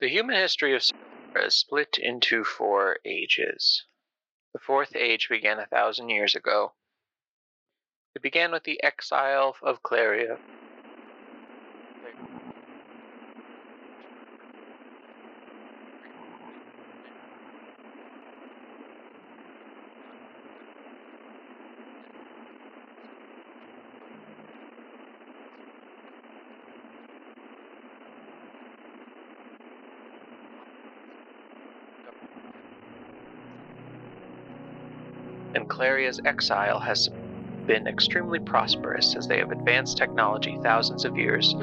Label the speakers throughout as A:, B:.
A: The human history of Sahara is split into four ages. The fourth age began a thousand years ago. It began with the exile of Claria. And Claria's exile has been extremely prosperous as they have advanced technology thousands of years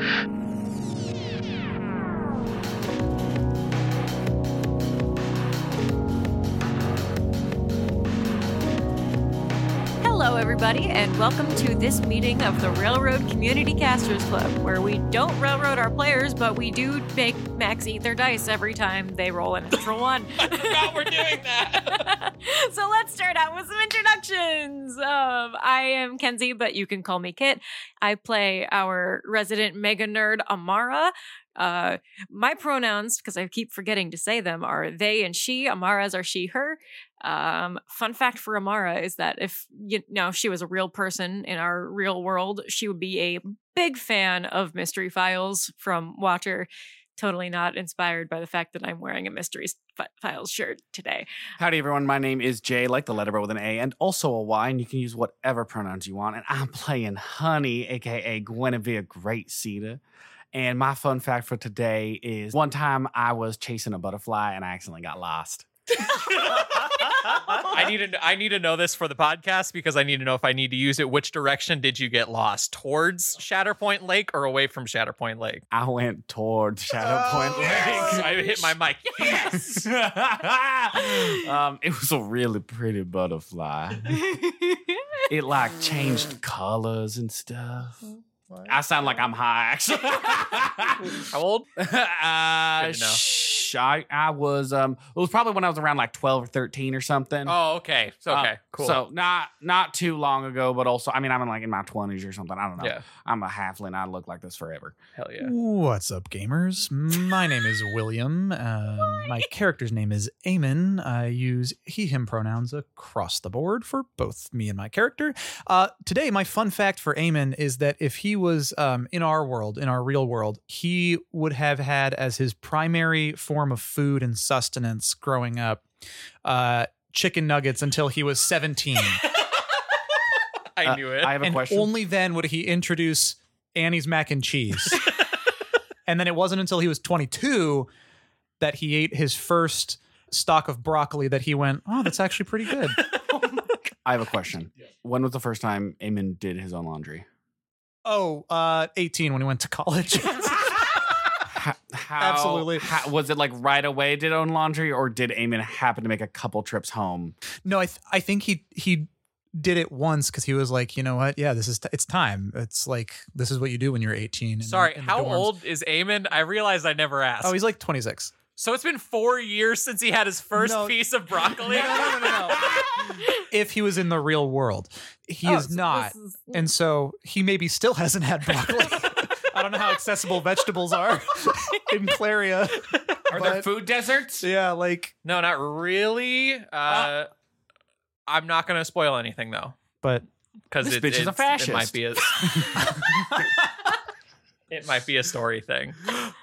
B: Hello, everybody, and welcome to this meeting of the Railroad Community Casters Club, where we don't railroad our players, but we do make Max eat their dice every time they roll a natural one.
C: forgot we're doing that.
B: so let's start out with some introductions. Um, I am Kenzie, but you can call me Kit. I play our resident mega nerd Amara. Uh, my pronouns, because I keep forgetting to say them, are they and she. Amara's are she, her. Um, fun fact for Amara is that if you know if she was a real person in our real world, she would be a big fan of Mystery Files from Watcher. Totally not inspired by the fact that I'm wearing a Mystery F- Files shirt today.
D: Howdy, everyone. My name is Jay, like the letter but with an A, and also a Y, and you can use whatever pronouns you want. And I'm playing Honey, aka Guinevere Great Cedar. And my fun fact for today is one time I was chasing a butterfly and I accidentally got lost.
C: I need to kn- I need to know this for the podcast because I need to know if I need to use it. Which direction did you get lost? Towards Shatterpoint Lake or away from Shatterpoint Lake?
D: I went towards Shadow
E: Oh,
D: Point
E: yes.
D: Lake.
C: I hit my mic.
D: Yes. um, it was a really pretty butterfly. It like changed colors and stuff.
E: Oh,
D: I sound like I'm high, actually.
C: How old?
D: uh,
C: Good to know.
D: shh, I, I was um it was probably when I was around like 12 or 13 or something.
C: Oh, okay. So,
D: Uh,
C: okay, cool.
D: So not not too long ago, but also I mean I'm in like in my 20s or something. I don't know.
C: yeah,
D: I'm a halfling. I look like this forever.
C: hell yeah.
E: What's up, gamers? My name is William. Um, my character's name is Eamon. I use he, him pronouns across the board for both me and my character. Uh, today, my fun fact for Eamon is that if he was um, in our world, in our real world, he would have had as his primary form of food and sustenance growing up uh, chicken nuggets until he was 17.
C: I
D: Uh,
C: knew it.
D: I have a
E: and
D: question.
E: only then would he introduce Annie's mac and cheese. and then it wasn't until he was 22 that he ate his first stalk of broccoli that he went, "Oh, that's actually pretty good."
D: I have a question. When was the first time Eamon did his own laundry?
E: oh, uh 18 when he went to college.
D: Ho- How,
E: Absolutely.
D: how- was it like right away did own laundry, or did Eamon happen to make a couple trips home?
E: no, I th- I think he he did it once because he was like, you know what? Yeah, this is t- it's time. It's like this is what you do when you're 18. in-
C: Sorry,
E: in the
C: how
E: dorms."
C: old is Eamon? I realized I never asked.
E: Oh, he's like 26.
C: so it's been four years since he had his first
E: No.
C: piece of broccoli.
E: No, no, no, no, If he was in the real world, he
B: Oh, so
E: is
B: this
E: not.
B: is-
E: and so he maybe still hasn't had broccoli. I don't know how accessible vegetables are in Claria.
D: Are there
E: But-
D: food deserts?
E: Yeah, like,
C: No, not really. Uh,
D: Ah.
C: I'm not gonna spoil anything though,
E: but
C: because
D: This
C: it,
D: bitch is a
C: it's- It might
D: fascist.
C: be a, it might be a story thing.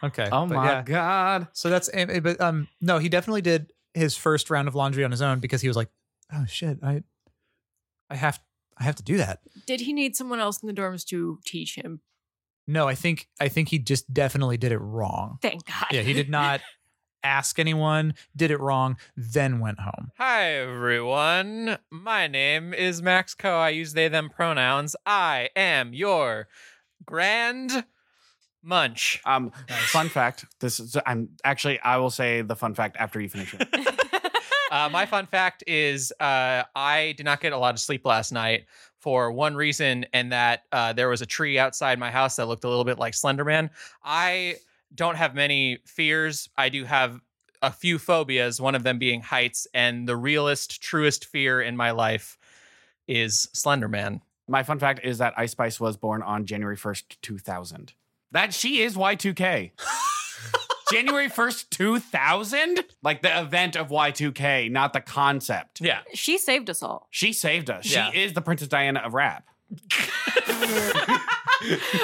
E: okay.
D: Oh
E: but
D: my
E: yeah.
D: god!
E: So that's and- and- but um no, he definitely did his first round of laundry on his own because he was like, oh shit, I, I have I have to do that.
B: Did he need someone else in the dorms to teach him?
E: No, I think I think he just definitely did it wrong.
B: Thank God.
E: Yeah, he did not ask anyone, did it wrong, then went home.
C: Hi everyone, my name is Max Co. I use they them pronouns. I am your grand munch.
D: Um, fun fact. This is. I'm actually. I will say the fun fact after you finish it.
C: Uh, my fun fact is uh, I did not get a lot of sleep last night for one reason, and that uh, there was a tree outside my house that looked a little bit like Slenderman. I don't have many fears. I do have a few phobias, one of them being heights, and the realest, truest fear in my life is Slenderman.
D: My fun fact is that Ice Spice was born on January first, two thousand. That she is Y two K. January 1st, 2000? Like the event of Y2K, not the concept.
C: Yeah.
B: She saved us all.
D: She saved us.
C: Yeah.
D: She is the Princess Diana of rap.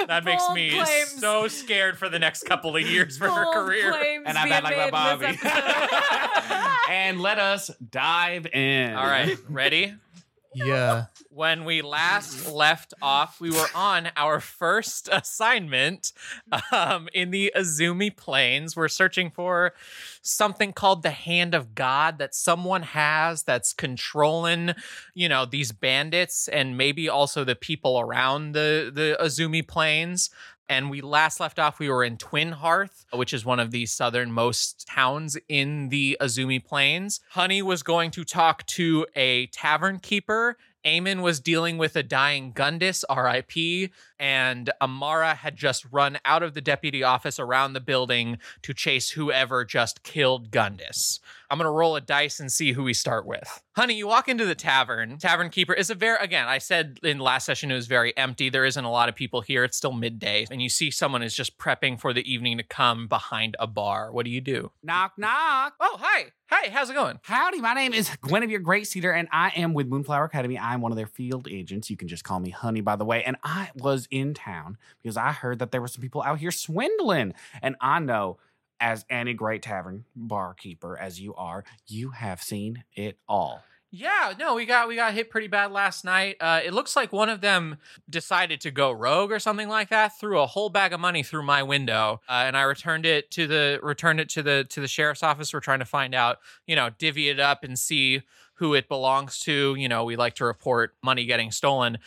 C: That makes
B: Bold
C: me
B: claims.
C: so scared for the next couple of years for
B: Bold
C: her career.
B: claims
D: And I
B: being
D: bet like my
B: made in
D: Bobby.
B: this episode.
D: and let us dive in.
C: All right, ready?
E: Yeah.
C: When we last left off, we were on our first assignment um, in the Azumi Plains. We're searching for something called the Hand of God that someone has that's controlling, you know, these bandits and maybe also the people around the the Azumi Plains. And we last left off, we were in Twin Hearth, which is one of the southernmost towns in the Azumi Plains. Honey was going to talk to a tavern keeper. Eamon was dealing with a dying Gundis, RIP, and Amara had just run out of the deputy office around the building to chase whoever just killed Gundis. I'm gonna roll a dice and see who we start with. Honey, you walk into the tavern. Tavern keeper is a very again, I said in last session it was very empty. There isn't a lot of people here. It's still midday. And you see someone is just prepping for the evening to come behind a bar. What do you do?
D: Knock, knock.
C: Oh, hi. Hi, how's it going?
D: Howdy, my name is Guinevere Great Cedar, and I am with Moonflower Academy. I'm one of their field agents. You can just call me Honey, by the way. And I was in town because I heard that there were some people out here swindling. And I know, as any great tavern barkeeper as you are, you have seen it all.
C: Yeah, no, we got we got hit pretty bad last night. Uh, it looks like one of them decided to go rogue or something like that. Threw a whole bag of money through my window, uh, and I returned it to the returned it to the to the sheriff's office. We're trying to find out, you know, divvy it up and see who it belongs to. You know, we like to report money getting stolen.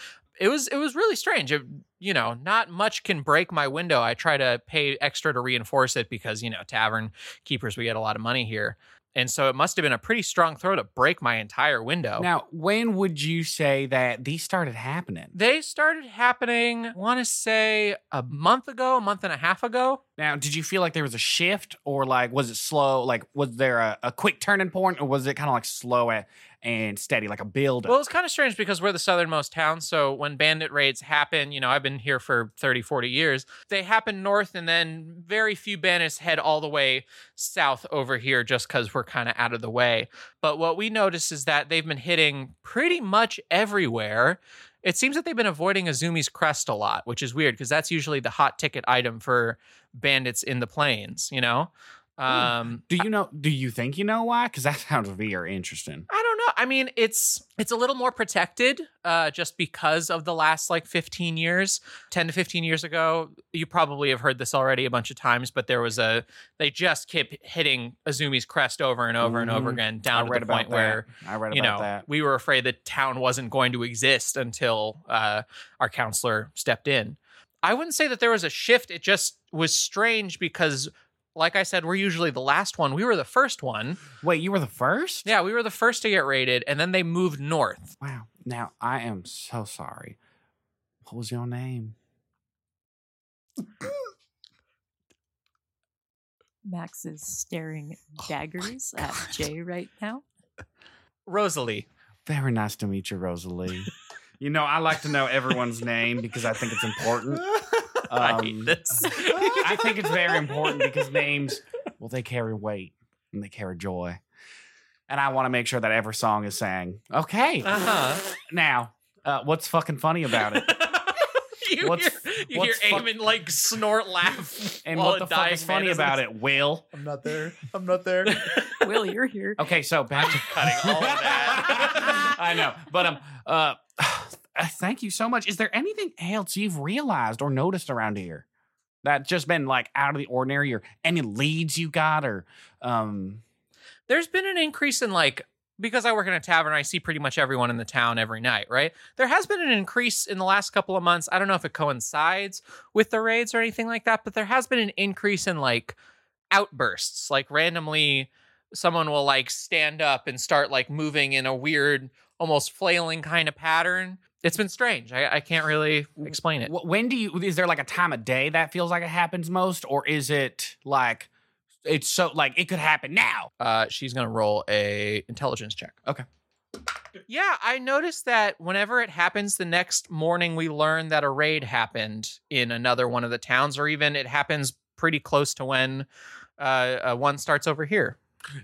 C: It was it was really strange. It, you know, not much can break my window. I try to pay extra to reinforce it because you know tavern keepers we get a lot of money here. And so it must have been a pretty strong throw to break my entire window.
D: Now, when would you say that these started happening?
C: they started happening, I want to say a month ago, a month and a half ago.
D: Now, did you feel like there was a shift or like was it slow? Like, was there a, a quick turning point or was it kind of like slow a- and steady, like a build?
C: Well, it's kind of strange because we're the southernmost town. So when bandit raids happen, you know, I've been here for 30, 40 years, they happen north, and then very few bandits head all the way south over here just because we're kind of out of the way. But what we notice is that they've been hitting pretty much everywhere. It seems that they've been avoiding Azumi's crest a lot, which is weird because that's usually the hot ticket item for bandits in the plains, you know? Um,
D: Do you know? Do you think you know why? Because that sounds very interesting.
C: I don't know. I mean, it's it's a little more protected uh, just because of the last like 15 years, 10 to 15 years ago. You probably have heard this already a bunch of times, but there was a they just kept hitting Azumi's crest over and over and over
D: Mhm.
C: again, down
D: I
C: to
D: read
C: the
D: about
C: point
D: that.
C: where
D: I read
C: you
D: about
C: know
D: that.
C: we were afraid the town wasn't going to exist until uh, our counselor stepped in. I wouldn't say that there was a shift. It just was strange because, like I said, we're usually the last one. We were the first one.
D: Wait, you were the first?
C: Yeah, we were the first to get raided, and then they moved north.
D: Wow. Now I am so sorry. What was your name?
B: Max is staring daggers at Jay right now.
C: Rosalie.
D: Very nice to meet you, Rosalie. you know, I like to know everyone's name because I think it's important.
C: I
D: Um,
C: hate this.
D: I think it's very important because names, well, they carry weight and they carry joy. And I want to make sure that every song is sang. Okay.
C: Uh-huh.
D: Now, uh, what's fucking funny about it?
C: you
D: What's-
C: hear, you
D: what's
C: hear
D: fuck-
C: Eamon like snort laugh.
D: And
C: while
D: what
C: a
D: the fuck
C: dying
D: is funny
C: man
D: about it, Will?
E: I'm not there. I'm not there.
B: Will, you're here.
D: Okay, so back to
C: cutting all of that.
D: I know, but um, uh, thank you so much. Is there anything else you've realized or noticed around here that just been like out of the ordinary, or any leads you got, or um,
C: There's been an increase in like because I work in a tavern, I see pretty much everyone in the town every night, right? There has been an increase in the last couple of months. I don't know if it coincides with the raids or anything like that, but there has been an increase in like outbursts. Like randomly, someone will like stand up and start like moving in a weird, almost flailing kind of pattern. It's been strange. I, I can't really explain it.
D: wh- when do you? Is there like a time of day that feels like it happens most, or is it like it's so like it could happen now?
C: Uh, she's gonna roll a intelligence check.
D: Okay.
C: Yeah, I noticed that whenever it happens, the next morning we learn that a raid happened in another one of the towns, or even it happens pretty close to when uh, uh, one starts over here.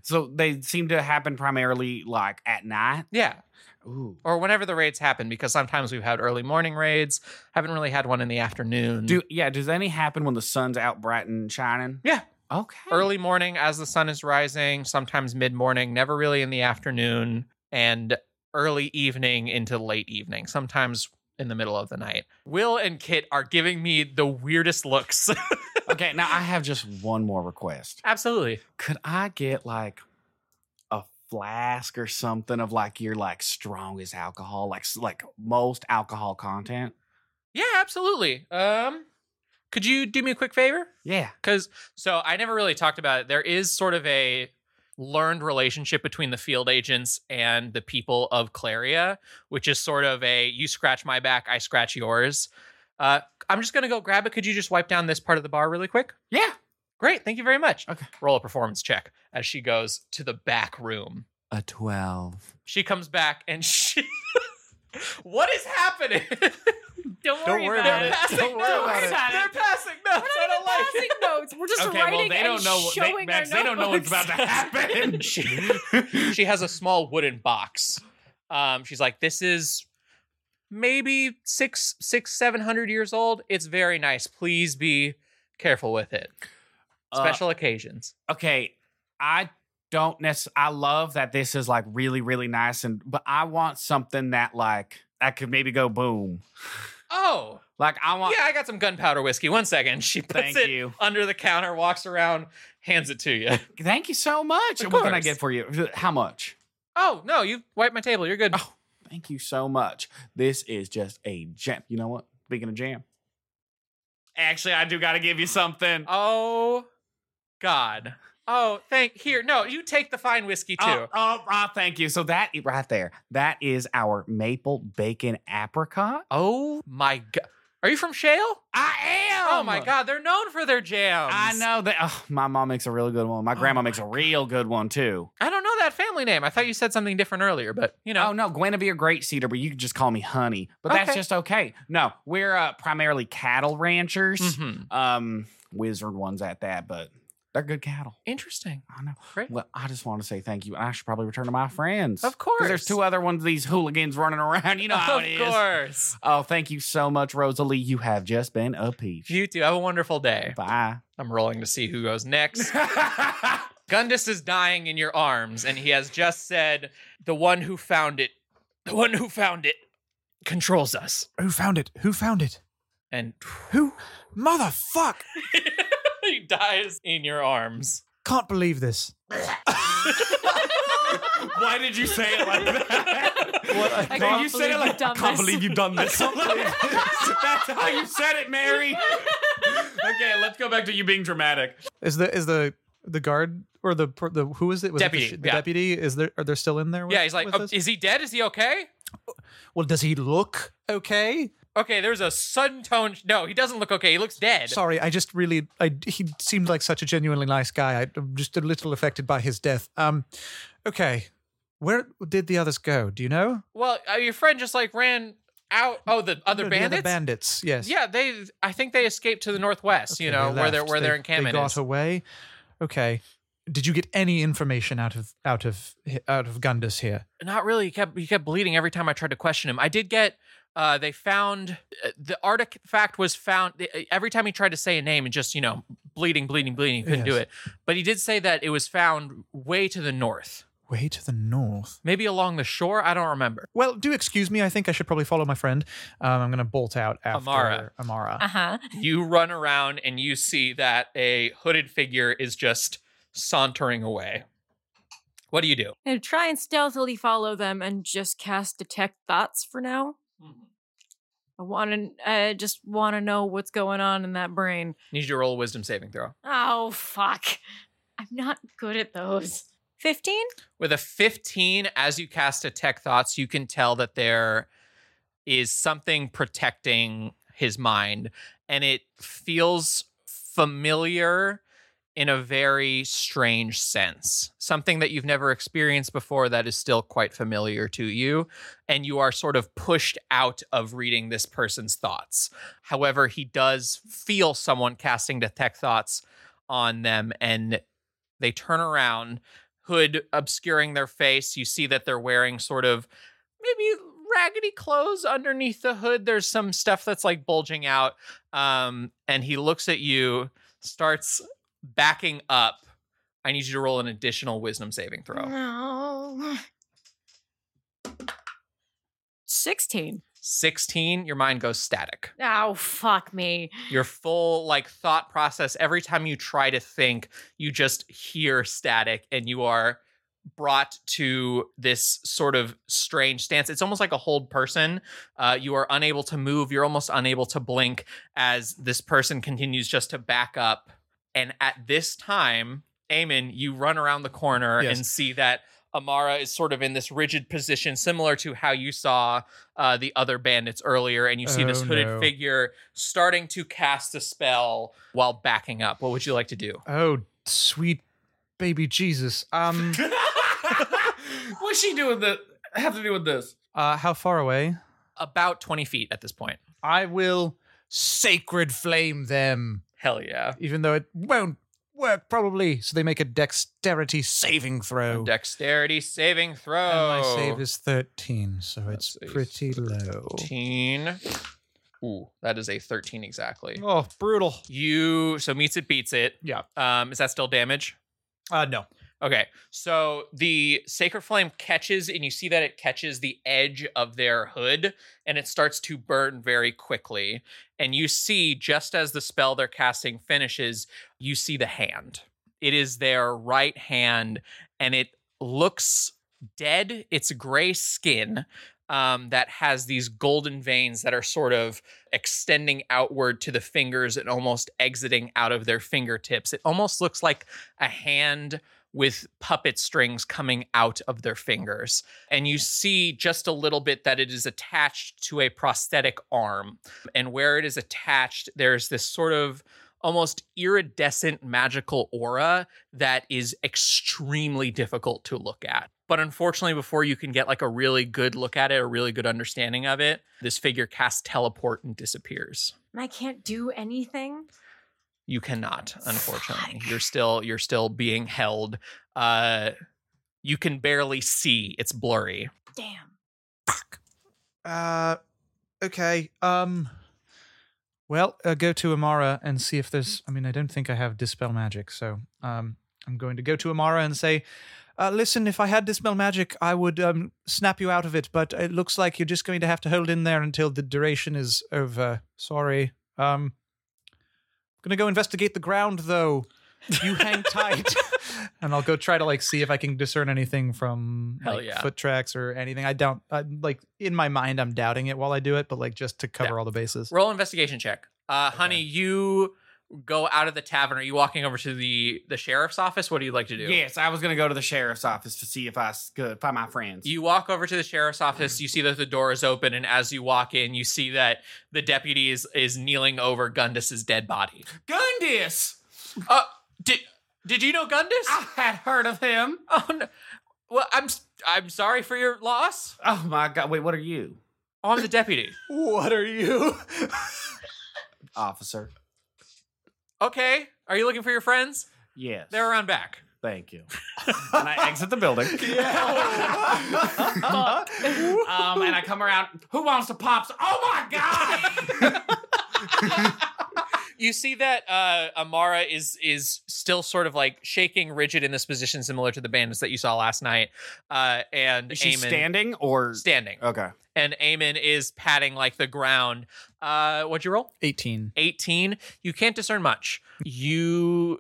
D: So they seem to happen primarily like at night.
C: Yeah.
D: Ooh.
C: Or whenever the raids happen, because sometimes we've had early morning raids. Haven't really had one in the afternoon.
D: Do yeah, does any happen when the sun's out bright and shining?
C: Yeah.
D: Okay.
C: early morning as the sun is rising, sometimes mid morning, never really in the afternoon, and early evening into late evening, sometimes in the middle of the night. Will and Kit are giving me the weirdest looks.
D: okay, now I have just one more request.
C: Absolutely.
D: Could I get like a flask or something of like your like strongest alcohol, like s- like most alcohol content?
C: Yeah, absolutely. Um could you do me a quick favor?
D: Yeah.
C: Cuz so I never really talked about it. There is sort of a learned relationship between the field agents and the people of Claria, which is sort of a you scratch my back, I scratch yours. Uh I'm just going to go grab it. Could you just wipe down this part of the bar really quick?
D: Yeah.
C: Great. Thank you very much.
D: Okay.
C: Roll a performance check as she goes to the back room.
D: A 12.
C: She comes back and she What is happening?
B: Don't,
E: Don't
B: worry,
E: worry
B: about,
E: about
B: it.
E: it.
C: passing
E: Don't worry
C: notes.
E: about
B: it.
C: They're passing notes.
B: We're not
C: I don't
B: even
C: like
B: passing
C: it.
B: notes. We're just
D: okay, well
B: writing
D: they don't
B: and
D: know what they,
B: showing
D: Max,
B: our
D: they don't know what's about
B: notebooks.
D: to happen.
C: She has a small wooden box. Um, she's like, this is maybe six, six, seven hundred years old. It's very nice. Please be careful with it.
D: Uh,
C: Special occasions.
D: okay, I don't necessarily. I love that this is like really, really nice, and but I want something that like that could maybe go boom.
C: Oh,
D: Like I want.
C: yeah, I got some gunpowder whiskey. One second. She puts
D: thank
C: it
D: you,
C: under the counter, walks around, hands it to you.
D: thank you so much.
C: Of
D: And what can I
C: course.
D: get for you? How much?
C: Oh no, you wiped my table. You're good.
D: Thank you so much. This is just a jam. You know what? Speaking of jam, actually, I do got to give you something.
C: Oh God. Oh, thank here. No, you take the fine whiskey too.
D: Oh, oh, ah, thank you. So that right there, that is our maple bacon apricot.
C: Oh my god. Are you from Shale?
D: I am.
C: Oh my god, they're known for their jams.
D: I know that. Oh, my mom makes a really good one. My
C: Oh
D: grandma
C: my
D: makes a real good one too.
C: I don't know that family name. I thought you said something different earlier, but you
D: No,
C: know.
D: oh no, Guinevere Great Cedar, but you can just call me Honey. But that's
C: Okay.
D: just okay. No, we're uh, primarily cattle ranchers.
C: Mhm.
D: Um, wizard ones at that, but they're good cattle.
C: Interesting.
D: I know.
C: Great.
D: Well, I just want to say thank you. and I should probably return to my friends.
C: Of
D: 'Cause
C: course.
D: There's two other ones of these hooligans running around. You know how
C: Of
D: it is.
C: course.
D: Oh, thank you so much, Rosalie. You have just been a peach.
C: You two have a wonderful day.
D: Bye.
C: I'm rolling to see who goes next. Gundis is dying in your arms, and he has just said, "The one who found it, the one who found it, controls us."
E: Who found it? Who found it?
C: And
E: Who? Motherfuck!
C: he dies in your arms.
E: Can't believe this.
D: Why did you say it like
E: I
D: Hey,
B: can't
D: you said it
B: believe
D: like
B: you've done
D: I can't
B: this."
D: believe you've done this. That's how Oh, you said it, Mary. okay, let's go back to you being dramatic.
E: Is the is the the guard or the per- the who is it? Was it the
C: Deputy,
E: sh- The,
C: yeah.
E: deputy is there? Are they still in there? With,
C: Yeah, he's like,
E: with
C: "Oh,
E: this?
C: "Is he dead? Is he okay?"
E: well, does he look okay?
C: Okay, there's a sudden tone. No, he doesn't look okay. He looks dead.
E: Sorry, I just really I he seemed like such a genuinely nice guy. I, I'm just a little affected by his death. Um, okay, where did the others go? Do you know?
C: Well, uh, your friend just like ran out. Oh, the other
E: No, the
C: bandits.
E: bandits. Yes.
C: yeah, they. I think they escaped to the northwest. you
E: Okay,
C: know
E: they
C: where their
E: left.
C: where
E: they,
C: their
E: They
C: encampment
E: got
C: is.
E: away. Okay. Did you get any information out of out of out of Gundus here?
C: Not really. He kept he kept bleeding every time I tried to question him. I did get. Uh, they found uh, the artifact was found e, every time he tried to say a name and just you know bleeding, bleeding, bleeding. Couldn't do
E: Yes.
C: it. But he did say that it was found way to the north,
E: Way to the north.
C: maybe along the shore. I don't remember.
E: Well, do excuse me. I think I should probably follow my friend. Um, I'm going to bolt out after
C: Amara.
E: Amara.
B: Uh-huh.
C: you run around and you see that a hooded figure is just sauntering away. What do you do?
B: And try and stealthily follow them and just cast detect thoughts for now. I want to I just want to know what's going on in that brain.
C: Need you to roll a wisdom saving throw.
B: Oh fuck. I'm not good at those. 15?
C: With a 15, as you cast Detect Thoughts, you can tell that there is something protecting his mind, and it feels familiar in a very strange sense. Something that you've never experienced before that is still quite familiar to you, and you are sort of pushed out of reading this person's thoughts. However, he does feel someone casting Detect Thoughts on them and they turn around, hood obscuring their face. You see that they're wearing sort of maybe raggedy clothes underneath the hood. There's some stuff that's like bulging out. Um, and he looks at you, starts backing up. I need you to roll an additional wisdom saving
B: Mm.
C: throw.
B: No. 16.
C: 16, your mind goes static.
B: Oh, fuck me.
C: your full like thought process every time you try to think you just hear static and you are brought to this sort of strange stance it's almost like a hold person uh, you are unable to move you're almost unable to blink as this person continues just to back up and at this time Eamon, you run around the corner
E: Yes.
C: and see that Amara is sort of in this rigid position, similar to how you saw uh, the other bandits earlier, and you see this
E: Oh,
C: hooded
E: no.
C: figure starting to cast a spell while backing up. What would you like to do?
E: Oh, sweet baby Jesus. Um,
F: What's she doing that have to do with this?
E: uh, how far away?
C: About 20 feet at this point.
E: I will sacred flame them,
C: Hell yeah.
E: even though it won't work probably. So they make a dexterity saving throw.
C: Dexterity saving throw.
E: Oh. And
C: Oh.
E: my save is 13, so
C: Let's see.
E: it's pretty low.
C: 13. Ooh, that is a 13 exactly.
E: Oh, brutal.
C: You, so meets it, beats it.
E: Yeah.
C: Um, is that still damage?
E: Uh, no.
C: Okay, so the sacred flame catches, and you see that it catches the edge of their hood, and it starts to burn very quickly. And you see, just as the spell they're casting finishes, you see the hand. It is their right hand, and it looks dead. It's gray skin um, that has these golden veins that are sort of extending outward to the fingers and almost exiting out of their fingertips. It almost looks like a hand with puppet strings coming out of their fingers. And you see just a little bit that it is attached to a prosthetic arm. And where it is attached, there's this sort of almost iridescent magical aura that is extremely difficult to look at. But unfortunately, before you can get like a really good look at it, a really good understanding of it, this figure casts teleport and disappears.
B: And I can't do anything.
C: You cannot, unfortunately. You're still you're still being held. Uh you can barely see. It's blurry.
B: Damn.
E: Uh, okay. Um, well, uh, go to Amara and see if there's. I mean, I don't think I have dispel magic, so um, I'm going to go to Amara and say, uh, "Listen, if I had dispel magic, I would um snap you out of it. But it looks like you're just going to have to hold in there until the duration is over. Sorry. Um, I'm gonna go investigate the ground though. You hang tight." And I'll go try to like see if I can discern anything from
C: Hell
E: like,
C: yeah.
E: foot tracks or anything. I don't I, like in my mind. I'm doubting it while I do it, but like just to cover
C: Yeah.
E: all the bases.
C: Roll investigation check. Uh honey, you go out of the tavern. Are you walking over to the the sheriff's office? What do you like to do?
D: Yes, I was gonna go to the sheriff's office to see if I s- could find my friends.
C: You walk over to the sheriff's office. You see that the door is open, and as you walk in, you see that the deputy is is kneeling over Gundus's dead body.
D: Gundis!
C: Uh, did did you know Gundus?
D: I had heard of him.
C: Oh no. Well, I'm s- I'm sorry for your loss.
D: Oh my god! Wait, what are you,
C: Oh, I'm the deputy.
E: What are you?
D: officer?
C: Okay. Are you looking for your friends?
D: Yes.
C: They're around back.
D: Thank you. and I exit the building. um, and I come around. Who wants to pops? Oh my god!
C: You see that uh, Amara is is still sort of like shaking, rigid in this position, similar to the bandits that you saw last night. Uh, and
D: Is she
C: Eamon-
D: standing or
C: standing,
D: okay?
C: and Eamon is patting like the ground. Uh, what'd you roll?
E: Eighteen.
C: 18 you can't discern much you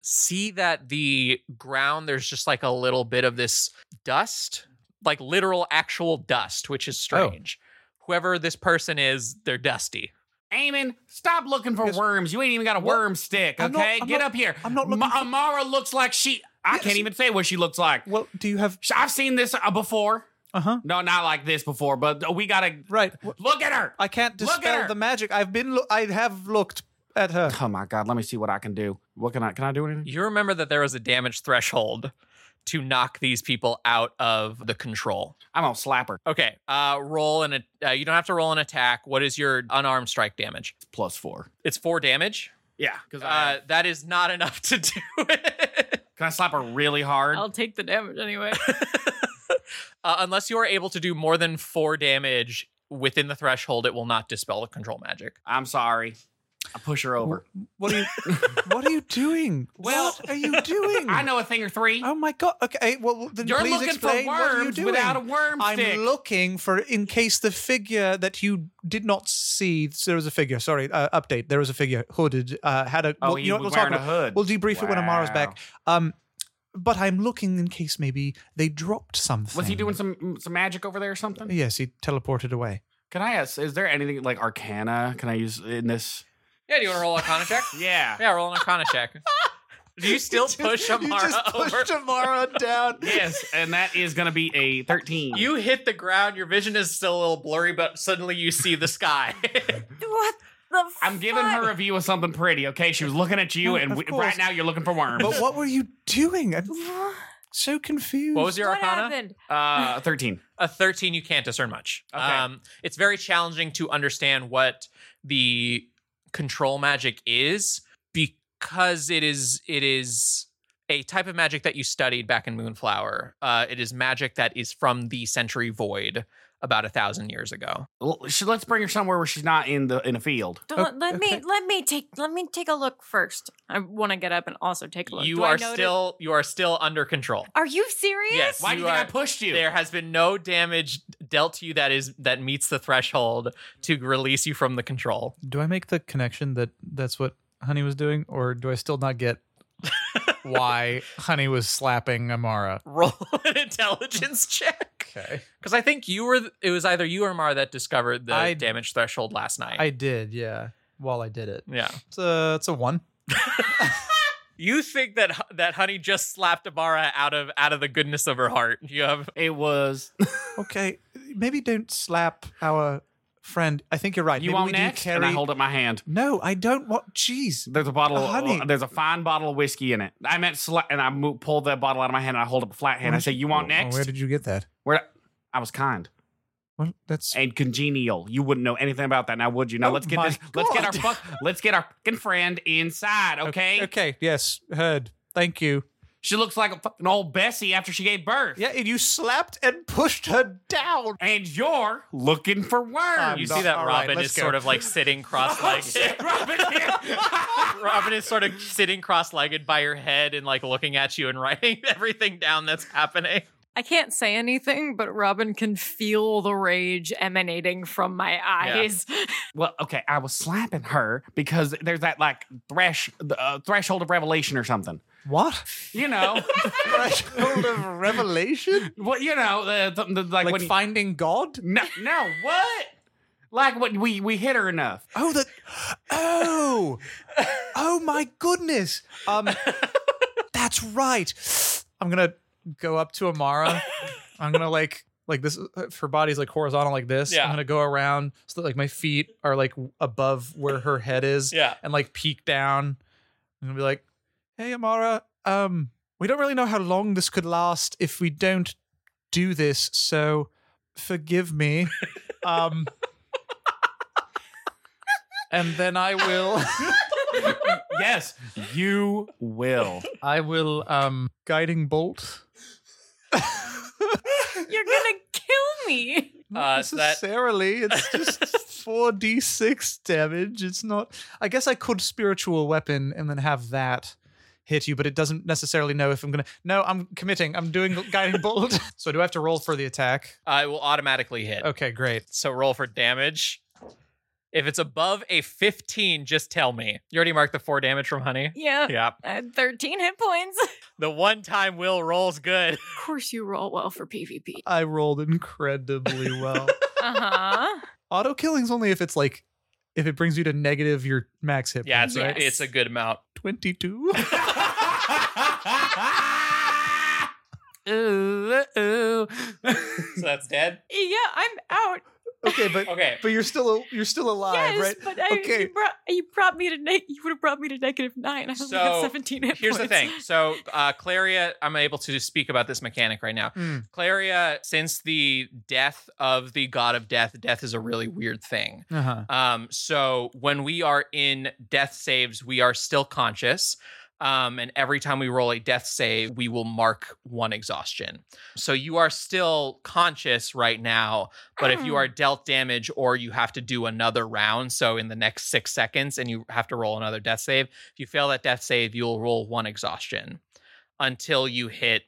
C: see that the ground there's just like a little bit of this dust like literal actual dust which is strange whoever this person is they're dusty
D: Eamon, stop looking for
E: Yes.
D: worms. You ain't even got a
E: What?
D: worm stick. Okay,
E: I'm not- I'm
D: get
E: not-
D: up here.
E: I'm not looking
D: Ma-
E: for-
D: Amara looks like she. I
E: Yes.
D: can't even say what she looks like.
E: Well, do you have?
D: Sh- I've seen this uh, before.
E: Uh huh.
D: No, not like this before. But we gotta
E: Right. Wh-
D: look at her.
E: I can't
D: Look at her.
E: dispel the magic. I've been. Lo- I have looked at her.
D: Oh my god! Let me see what I can do. What can I? Can I do anything?
C: you remember that there was a damage threshold to knock these people out of the control
D: I'm gonna slap her.
C: okay uh roll an a uh, you don't have to roll an attack what is your unarmed strike damage
D: Plus four.
C: it's four damage
D: Yeah, because
C: Uh, that is not enough to do it.
D: can I slap her really hard?
B: I'll take the damage anyway.
C: Uh, unless you are able to do more than four damage within the threshold, it will not dispel the control magic.
D: I'm sorry. I push her over.
E: What are you? what are you doing?
D: Well-
E: what are you doing?
D: I know a thing or three.
E: hmm. Oh my god. Okay. Well, then
D: You're
E: please
D: looking
E: explain
D: for
E: what are you
D: worms
E: doing.
D: without a worm
E: I'm
D: stick.
E: looking for in case the figure that you did not see. There was a figure. Sorry, uh, update. There was a figure hooded. Uh, had a.
D: oh,
E: well,
D: he
E: you know what
D: was
E: we'll talk
D: wearing a
E: about.
D: hood.
E: We'll debrief it when Amara's
D: Wow.
E: back. Um, but I'm looking in case maybe they dropped something.
D: Was he doing some some magic over there or something?
E: Yes, he teleported away.
D: Can I ask? Is there anything like Arcana? Can I use in this?
C: Yeah, do you want to roll an Arcana check?
D: Yeah.
C: Yeah, roll an Arcana check. Do you still push Amara
E: you just
C: over?
E: pushed Amara down.
D: yes, and that is going to be a thirteen.
C: You hit the ground. Your vision is still a little blurry, but suddenly you see the sky.
B: what the?
D: I'm giving
B: fuck?
D: her a view of something pretty. Okay, she was looking at you,
E: No,
D: and
E: of
D: we,
E: course.
D: right now you're looking for worms.
E: But what were you doing? I'm so confused.
C: what was your
B: What
C: Arcana?
B: happened?
D: uh, thirteen.
C: a 13 you can't discern much Um,
D: Okay.
C: it's very challenging to understand what the control magic is because it is it is a type of magic that you studied back in moonflower uh, it is magic that is from the century void about a thousand years ago
D: Well, she, let's bring her somewhere where she's not in the in a field.
B: Don't,
E: Oh,
B: let
E: okay.
B: me let me take let me take a look first. I want to get up and also take a look.
C: you
B: Do I
C: are
B: notice-
C: still you are still under control
B: Are you serious?
C: Yes.
D: Why do
C: You
D: you think I
C: are-
D: pushed you?
C: there has been no damage dealt to you that is that meets the threshold to release you from the control
E: Do I make the connection that that's what Honey was doing, or do I still not get why Honey was slapping Amara?
C: roll an intelligence check
E: Okay,
C: Because I think you were, it was either you or Mar that discovered the
E: I-
C: damage threshold last night.
E: I did, yeah. While I did it,
C: yeah.
E: it's a it's a one.
C: You think that hu- that Honey just slapped Amara out of out of the goodness of her heart. You have
D: It was.
E: Okay, maybe don't slap our friend. I think you're right.
D: You
E: maybe
D: want
E: we do
D: next?
E: carry.
D: And I hold up my hand.
E: no, I don't want. Jeez,
D: There's a bottle.
E: Oh, honey.
D: uh, there's a fine bottle of whiskey in it. I meant sla- and I mo- pulled that bottle out of my hand and I hold up a flat hand. I say, "You want
E: Oh,
D: next?"
E: where did you get that?
D: Where- I was kind
E: Well, that's
D: and congenial. You wouldn't know anything about that now, would you? Now
E: Oh
D: let's get
E: my
D: this. Let's get our
E: God.
D: fuck. Let's get our fucking friend inside. Okay.
E: Okay, yes, heard. Thank you.
D: She looks like a fucking old Bessie after she gave birth.
E: Yeah, and you slapped and pushed her down.
D: And you're looking for worms.
E: I'm
C: you
E: not-
C: see that
E: all right,
C: Robin
E: let's
C: is
E: go.
C: sort of like sitting cross-legged.
D: Robin.
C: Robin is sort of sitting cross-legged by your head and like looking at you and writing everything down that's happening.
B: I can't say anything, but Robin can feel the rage emanating from my eyes.
D: Well, okay, I was slapping her because there's that like thresh uh, threshold of revelation or something.
E: What?
D: You know,
E: Threshold of revelation?
D: well, you know, the, the, the, like,
E: Like
D: when
E: finding God?
D: no, no, what? Like when we we hit her enough.
E: Oh, that. Oh, oh my goodness. Um, that's right. I'm gonna go up to Amara. I'm gonna like like this. If her body's like horizontal like this,
C: Yeah.
E: I'm gonna go around so that like my feet are like w- above where her head is,
C: Yeah.
E: and like peek down. I'm gonna be like, "Hey, Amara. Um, we don't really know how long this could last if we don't do this. So, forgive me." Um. And then I will,
D: yes, you will.
E: I will, um, guiding bolt.
B: You're gonna kill me.
E: Not
C: Uh, so that-
E: necessarily. It's just four d six damage. It's not. I guess I could spiritual weapon and then have that hit you, but it doesn't necessarily know if I'm gonna. No, I'm committing. I'm doing guiding bolt. so do I have to roll for the attack?
C: Uh, it will automatically hit.
E: Okay, great.
C: So roll for damage. If it's above a 15, just tell me. You already marked the four damage from Honey.
B: Yeah.
C: Yeah.
B: I had 13 hit points.
C: The one time Will rolls good.
B: Of course, you roll well for PvP.
E: I rolled incredibly well.
B: Uh huh.
E: Auto killing's only if it's like if it brings you to negative your max hit.
C: Yeah,
E: points,
C: it's,
B: Yes.
C: a, it's a good amount.
E: twenty two.
D: Ooh, ooh.
C: So that's dead.
B: yeah, I'm out.
E: okay, Okay, but
C: Okay.
E: but you're still a- you're still alive,
B: yes,
E: right?
B: but I,
E: Okay.
B: you, brought, you brought me to neg- you would have brought me to negative nine. I only
C: So,
B: have seventeen. Hit
C: Here's the
B: points.
C: thing. So, uh, Claria, I'm able to speak about this mechanic right now.
E: Mm.
C: Claria, since the death of the god of death, death is a really weird thing.
E: Uh-huh.
C: Um, so when we are in death saves, we are still conscious. Um, and every time we roll a death save, we will mark one exhaustion. So you are still conscious right now, but if you
B: Mm.
C: are dealt damage or you have to do another round, so in the next six seconds and you have to roll another death save, if you fail that death save, you'll roll one exhaustion until you hit,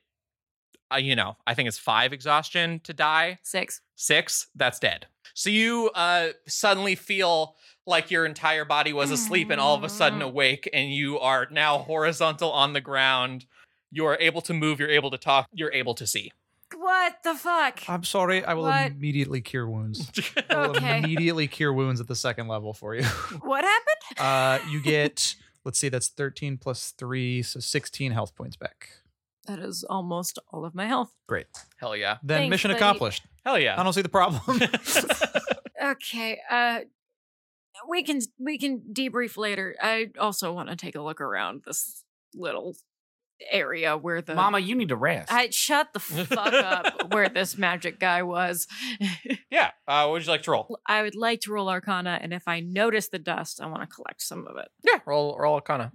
C: uh, you know, I think it's five exhaustion to die
B: Six.
C: six that's dead so you uh suddenly feel like your entire body was asleep and all of a sudden awake and you are now horizontal on the ground you are able to move you're able to talk you're able to see
B: What the fuck?
E: I'm sorry. I will
B: What?
E: immediately cure wounds. I will
B: Okay.
E: immediately cure wounds at the second level for you.
B: what happened?
E: Uh, you get let's see, that's 13 plus three, so 16 health points back.
B: That is almost all of my health.
C: hell yeah
E: Then
B: Thanks,
E: mission
B: buddy.
E: accomplished.
C: hell
E: I
C: yeah
E: don't see the
C: Um.
E: problem.
B: Okay. Uh, we can we can debrief later. I also want to take a look around this little area where the
D: Mama, you need to rest.
B: I shut the fuck up where this magic guy was.
C: yeah uh what would you like to roll
B: I would like to roll Arcana, and if I notice the dust, I want to collect some of it.
C: yeah roll roll arcana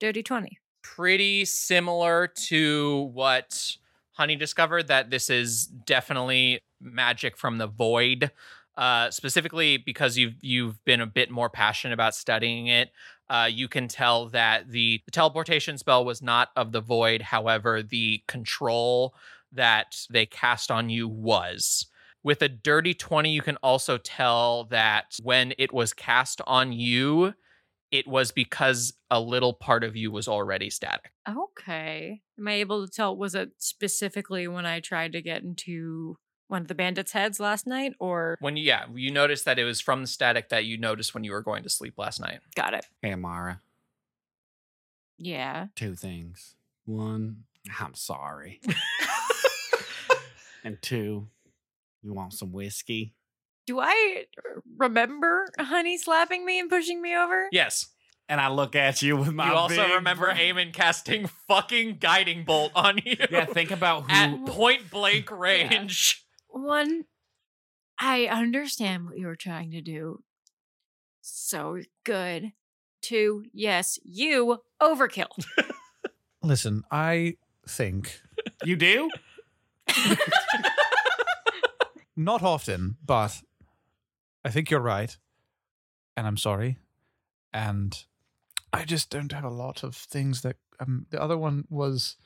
B: Dirty twenty.
C: pretty similar to what Honey discovered that this is definitely magic from the void. Uh, specifically because you've you've been a bit more passionate about studying it, uh, you can tell that the, the teleportation spell was not of the void. However, the control that they cast on you was. With a dirty twenty, you can also tell that when it was cast on you, it was because a little part of you was already static.
B: Okay. Am I able to tell? Was it specifically when I tried to get into one of the bandits' heads last night, or
C: When you, yeah, you noticed that it was from the static that you noticed when you were going to sleep last night.
B: got it?
D: hey, Amara,
B: Yeah.
D: two things. One, I'm sorry. and two, you want some whiskey?
B: Do I remember Honey slapping me and pushing me over?
C: Yes.
D: And I look at you with my.
C: you also
D: big
C: remember
D: brain.
C: Eamon casting fucking guiding bolt on you
D: Yeah, think about who.
C: at point blank range.
B: One, I understand what you were trying to do. So good. Two, yes, you overkill.
E: Listen, I think
D: you do?
E: not often, but I think you're right. And I'm sorry. And I just don't have a lot of things that um, the other one was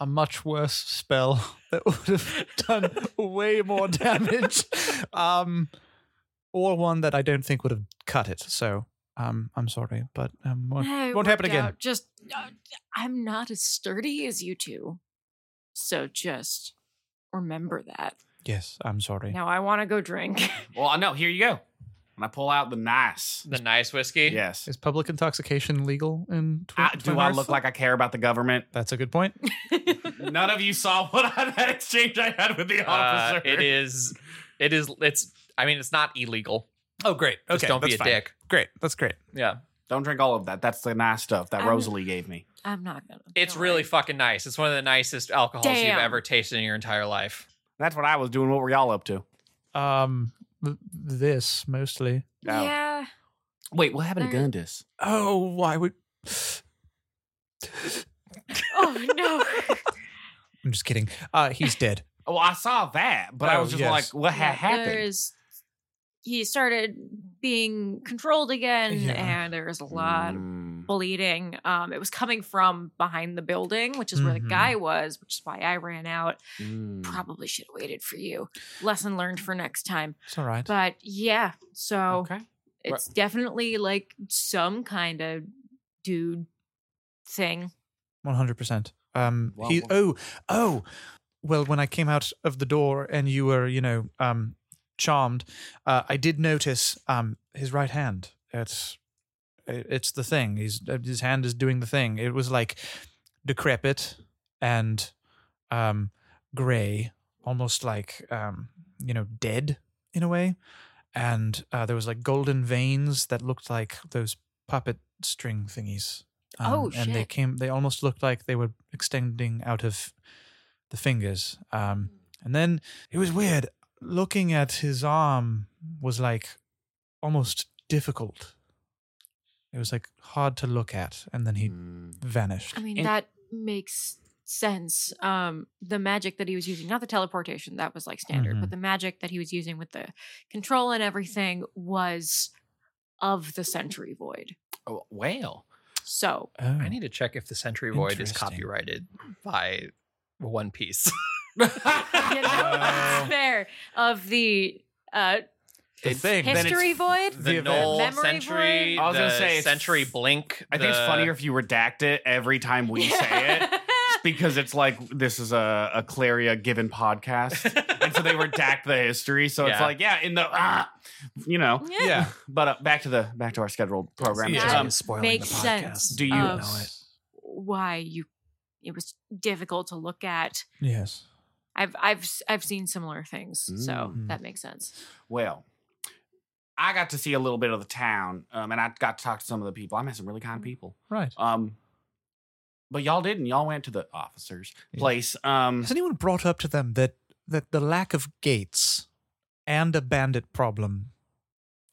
E: a much worse spell that would have done way more damage. Um or one that I don't think would have cut it. So um I'm sorry, but um won't,
B: No, it
E: won't happen
B: worked
E: again.
B: out. Just, uh, I'm not as sturdy as you two. So just remember that.
E: Yes, I'm sorry.
B: Now I want to go drink.
D: Well, no, here you go. And I pull out the nice.
C: The nice whiskey.
D: Yes.
E: Is public intoxication legal in Twi-
D: I, Ah, do
E: Twin
D: I
E: Hearts?
D: look like I care about the government?
E: That's a good point.
D: None of you saw what I, that exchange I had with the
C: Uh,
D: officer.
C: it is, it is, it's, I mean, it's not illegal.
E: Oh, great.
C: Just don't be a dick.
E: Great. That's great.
C: Yeah.
D: Don't drink all of that. That's the nice stuff that
B: I'm-
D: Rosalie gave me.
B: I'm not going to.
C: It's really fucking nice. It's one of the nicest alcohols you've
B: Damn.
C: ever tasted in your entire life.
D: That's what I was doing. What were y'all up to?
E: Um, th- this mostly.
D: No.
B: Yeah.
D: Wait, what happened to
B: There-
D: Gundus?
E: Oh, why would?
B: Oh, no.
E: I'm just kidding. Uh, he's dead.
D: Oh, I saw that, but I
E: Oh,
D: was just
E: yes.
D: like, what ha-
B: Yeah, there
D: happened?
B: is- he started being controlled again,
E: Yeah.
B: and there was a lot of
D: Mm.
B: bleeding. Um, it was coming from behind the building, which is where the
E: Mhm.
B: guy was, which is why I ran out. Mm-hmm.
D: Mm.
B: Probably should have waited for you. Lesson learned for next time.
E: It's all right.
B: But yeah, so
D: Okay.
B: it's definitely like some kind of dude thing.
E: One hundred percent. Um,
D: Wow,
E: he.
D: wow.
E: Oh, oh. Well, when I came out of the door and you were, you know, um, charmed, uh, I did notice um his right hand. It's, it- it's the thing. He's uh, his hand is doing the thing. It was like decrepit and um gray, almost like um you know dead in a way, and uh, there was like golden veins that looked like those puppet string thingies. Um,
B: Oh,
E: And they
B: shit.
E: came. They almost looked like they were extending out of the fingers. Um,
B: Hmm.
E: and then it was weird. Looking at his arm was like almost difficult. It was like hard to look at, and then he
D: Hmm.
E: vanished.
B: I mean,
D: And-
B: that makes sense. Um, the magic that he was using, not the teleportation, that was like standard, but
D: Mm-hmm.
E: Mhm.
B: the magic that he was using with the control and everything was of the Century Void.
A: Oh, whale.
B: So
E: Oh.
D: Hmm.
C: I need to check if the Century Void is
E: Interesting.
C: copyrighted by One Piece.
B: you know,
D: Oh.
B: that's fair of the uh,
E: the
D: It's-
E: thing.
D: then it's- Oh,
B: History Void.
C: the
E: event.
C: Knoll
B: Memory
C: Century,
B: Void?
D: I was gonna
C: the
D: say it's-
C: Century Blink.
D: I think it's funnier if you redact it every time we say it because it's like this is a, a Claria given podcast. and so they redact the history. So it's
C: Yeah.
D: like, yeah, in the, ah, you know.
E: yeah.
D: But uh, back to the back to our scheduled program.
B: Yeah. That
D: Um,
E: spoiling
B: makes sense Um,
D: do you
B: of
E: know it?
B: Why you? It was difficult to look at.
E: Yes.
B: I've I've s- I've seen similar things, so
E: Mm.
B: that makes sense.
D: well, I got to see a little bit of the town, um, and I got to talk to some of the people. I met some really
E: Mm-hmm.
D: kind people.
E: Right.
D: Um, but y'all didn't. Y'all went to the officers' place. Um,
E: Has anyone brought up to them that that the lack of gates and a bandit problem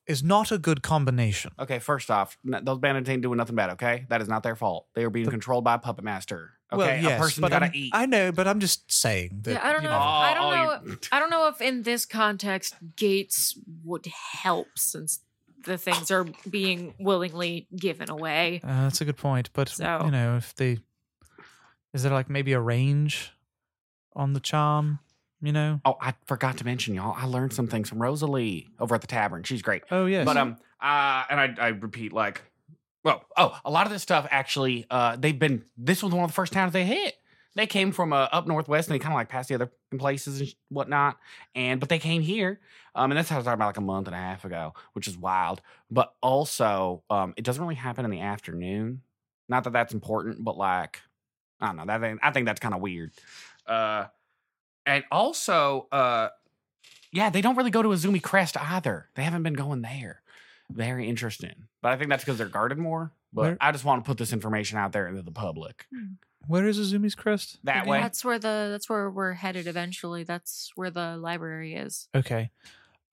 E: is not a good combination?
D: okay, first off, n- those bandits ain't doing nothing bad. Okay, that is not their fault. They were being
E: The-
D: controlled by a puppet master. Okay,
E: well, yes,
D: a person
E: but
D: gotta
E: I'm-
D: eat.
E: I know, but I'm just saying that.
B: Yeah, I don't
E: you
B: know. I don't
D: oh, you-
B: I don't know if in this context gates would help since the things are being willingly given away.
E: Uh, that's a good point, but
B: So-
E: you know, if they is there like maybe a range on the charm? You know.
D: Oh, I forgot to mention y'all. I learned some things from Rosalie over at the tavern. She's great.
E: Oh yes.
D: But um, uh, and I, I repeat like, well, oh, a lot of this stuff actually, uh, they've been. This was one of the first towns they hit. They came from uh, up northwest and they kind of like passed the other places and sh- whatnot. And but they came here, um, and that's how I started about like a month and a half ago, which is wild. But also, um, it doesn't really happen in the afternoon. Not that that's important, but like, I don't know. That ain't- I think that's kind of weird. Uh, and also, uh, yeah, they don't really go to Azumi Crest either. They haven't been going there. Very interesting. But I think that's because they're guarded more. But
E: Where-
D: I just want to put this information out there into the public.
E: where is Azumi's crest?
D: That way.
B: That's where the that's where we're headed eventually. That's where the library is.
E: Okay.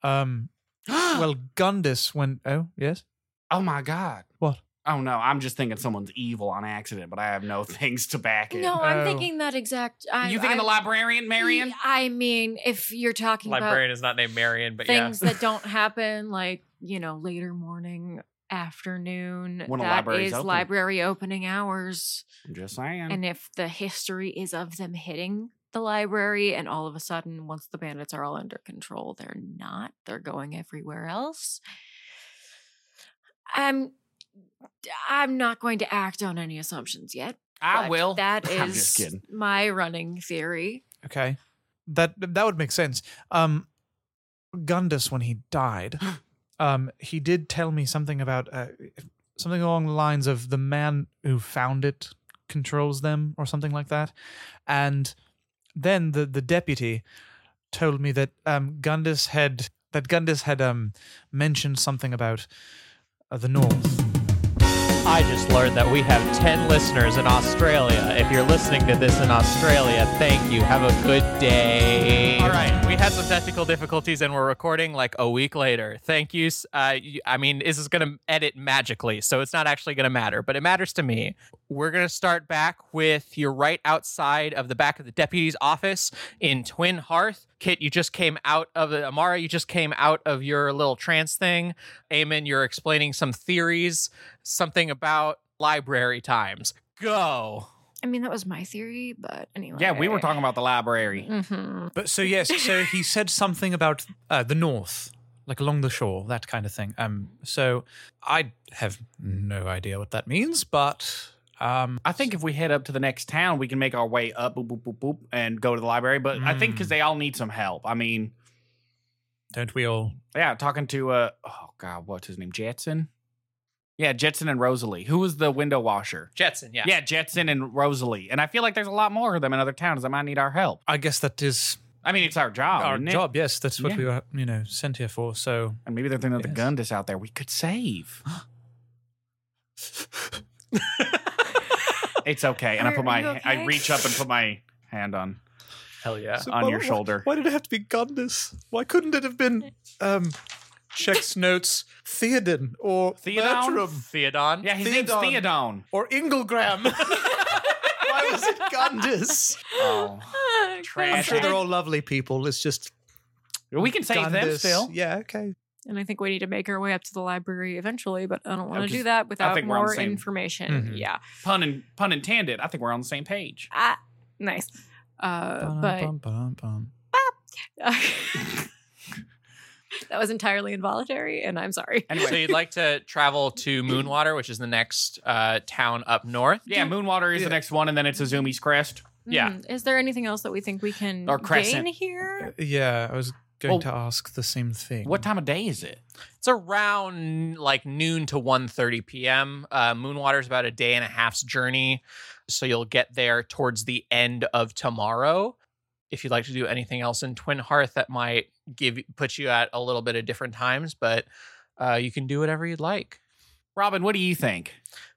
E: Um. well, Gundus went. Oh yes.
D: oh my God.
E: What?
D: Oh no, I'm just thinking someone's evil on accident, but I have no things to back it.
B: No, I'm
E: Oh.
B: thinking that exact. I,
D: you thinking
B: I,
D: the librarian, Marion?
B: I mean, if you're talking
C: Librarian is not named Marion, but
B: about things
C: yeah.
B: that don't happen, like you know, later morning, afternoon,
D: When a
B: that
D: library's
B: is
D: open.
B: library opening hours.
D: I'm just saying.
B: And if the history is of them hitting the library, and all of a sudden, once the bandits are all under control, they're not, they're going everywhere else. I'm I'm not going to act on any assumptions yet.
D: I
B: but
D: will.
B: That is
D: I'm just kidding.
B: my running theory.
E: Okay. That that would make sense. Um Gundus when he died, um he did tell me something about uh, something along the lines of the man who found it controls them or something like that. And then the the deputy told me that um Gundus had that Gundus had um mentioned something about uh, the north.
G: I just learned that we have 10 listeners in Australia. If you're listening to this in Australia, thank you. Have a good day.
C: All right, we had some technical difficulties and we're recording like a week later. Thank you. s- Uh, you- I mean, this is going to edit magically, so it's not actually going to matter, but it matters to me. We're going to start back with you're right outside of the back of the deputy's office in Twin Hearth. Kit, you just came out of it. Amara, you just came out of your little trance thing. Eamon, you're explaining some theories, something about library times. Go.
B: I mean, that was my theory, but anyway.
D: Yeah, we were talking about the library.
B: hmm
E: But so yes, so he said something about uh, the north, like along the shore, that kind of thing. Um, so I have no idea what that means, but um,
D: I think if we head up to the next town, we can make our way up, boop, boop, boop, boop, and go to the library. But I think because
E: Mm.
D: they all need some help. I mean,
E: don't we all?
D: yeah, talking to uh, oh god, what's his name? Jetson. Yeah, Jetson and Rosalie. Who was the window washer?
C: Jetson, yeah.
D: Yeah, Jetson and Rosalie. And I feel like there's a lot more of them in other towns that might need our help.
E: I guess that is
D: I mean, it's our job.
E: Our
D: isn't it?
E: job, yes, that's what
D: Oh, Yeah.
E: we were, you know, sent here for. So
D: And maybe they're thinking of the
E: Yes.
D: gun that's out there we could save. it's okay. And I
B: Are-
D: put
B: are
D: my
B: you
D: I
B: okay?
D: reach up and put my hand on
E: hell yeah.
D: on your shoulder.
E: Why did it have to be Gundus? Why couldn't it have been um Chex notes Theoden or
D: Theodon?
E: Bertram
C: Theodon.
D: Yeah, his name's Theodon.
E: or Ingelgram? Why was it Gundus?
D: Oh.
E: I'm
D: trash.
E: sure they're all lovely people. It's just
D: We can save them
E: Gundus.
D: still.
E: Yeah, okay.
B: And I think we need to make our way up to the library eventually, but I don't want to
D: I'm
B: do
D: just-
B: that without
D: think we're on the
B: more
D: same- Mm-hmm.
B: information.
E: Mhm.
B: Yeah.
D: Pun and pun intended. I think we're on the same page.
B: Ah, nice. Uh, but
E: Ba-dum-bum-bum-bum.
B: that was entirely involuntary, and I'm sorry.
D: Anyway.
C: So you'd like to travel to Moonwater, which is the next uh, town up north.
D: yeah, Moonwater is
E: Yeah.
D: the next one, and then it's Azumi's crest. Yeah.
B: Mm, Is there anything else that we think we can
D: Or crescent.
B: gain here?
E: Yeah, I was going
D: Well,
E: to ask the same thing.
D: What time of day is it?
C: It's around like noon to 1.30 p.m. Uh, Moonwater's about a day and a half's journey, so you'll get there towards the end of tomorrow. If you'd like to do anything else in Twin Hearth, that might give put you at a little bit of different times, but uh, you can do whatever you'd like.
D: Robin, what do you think?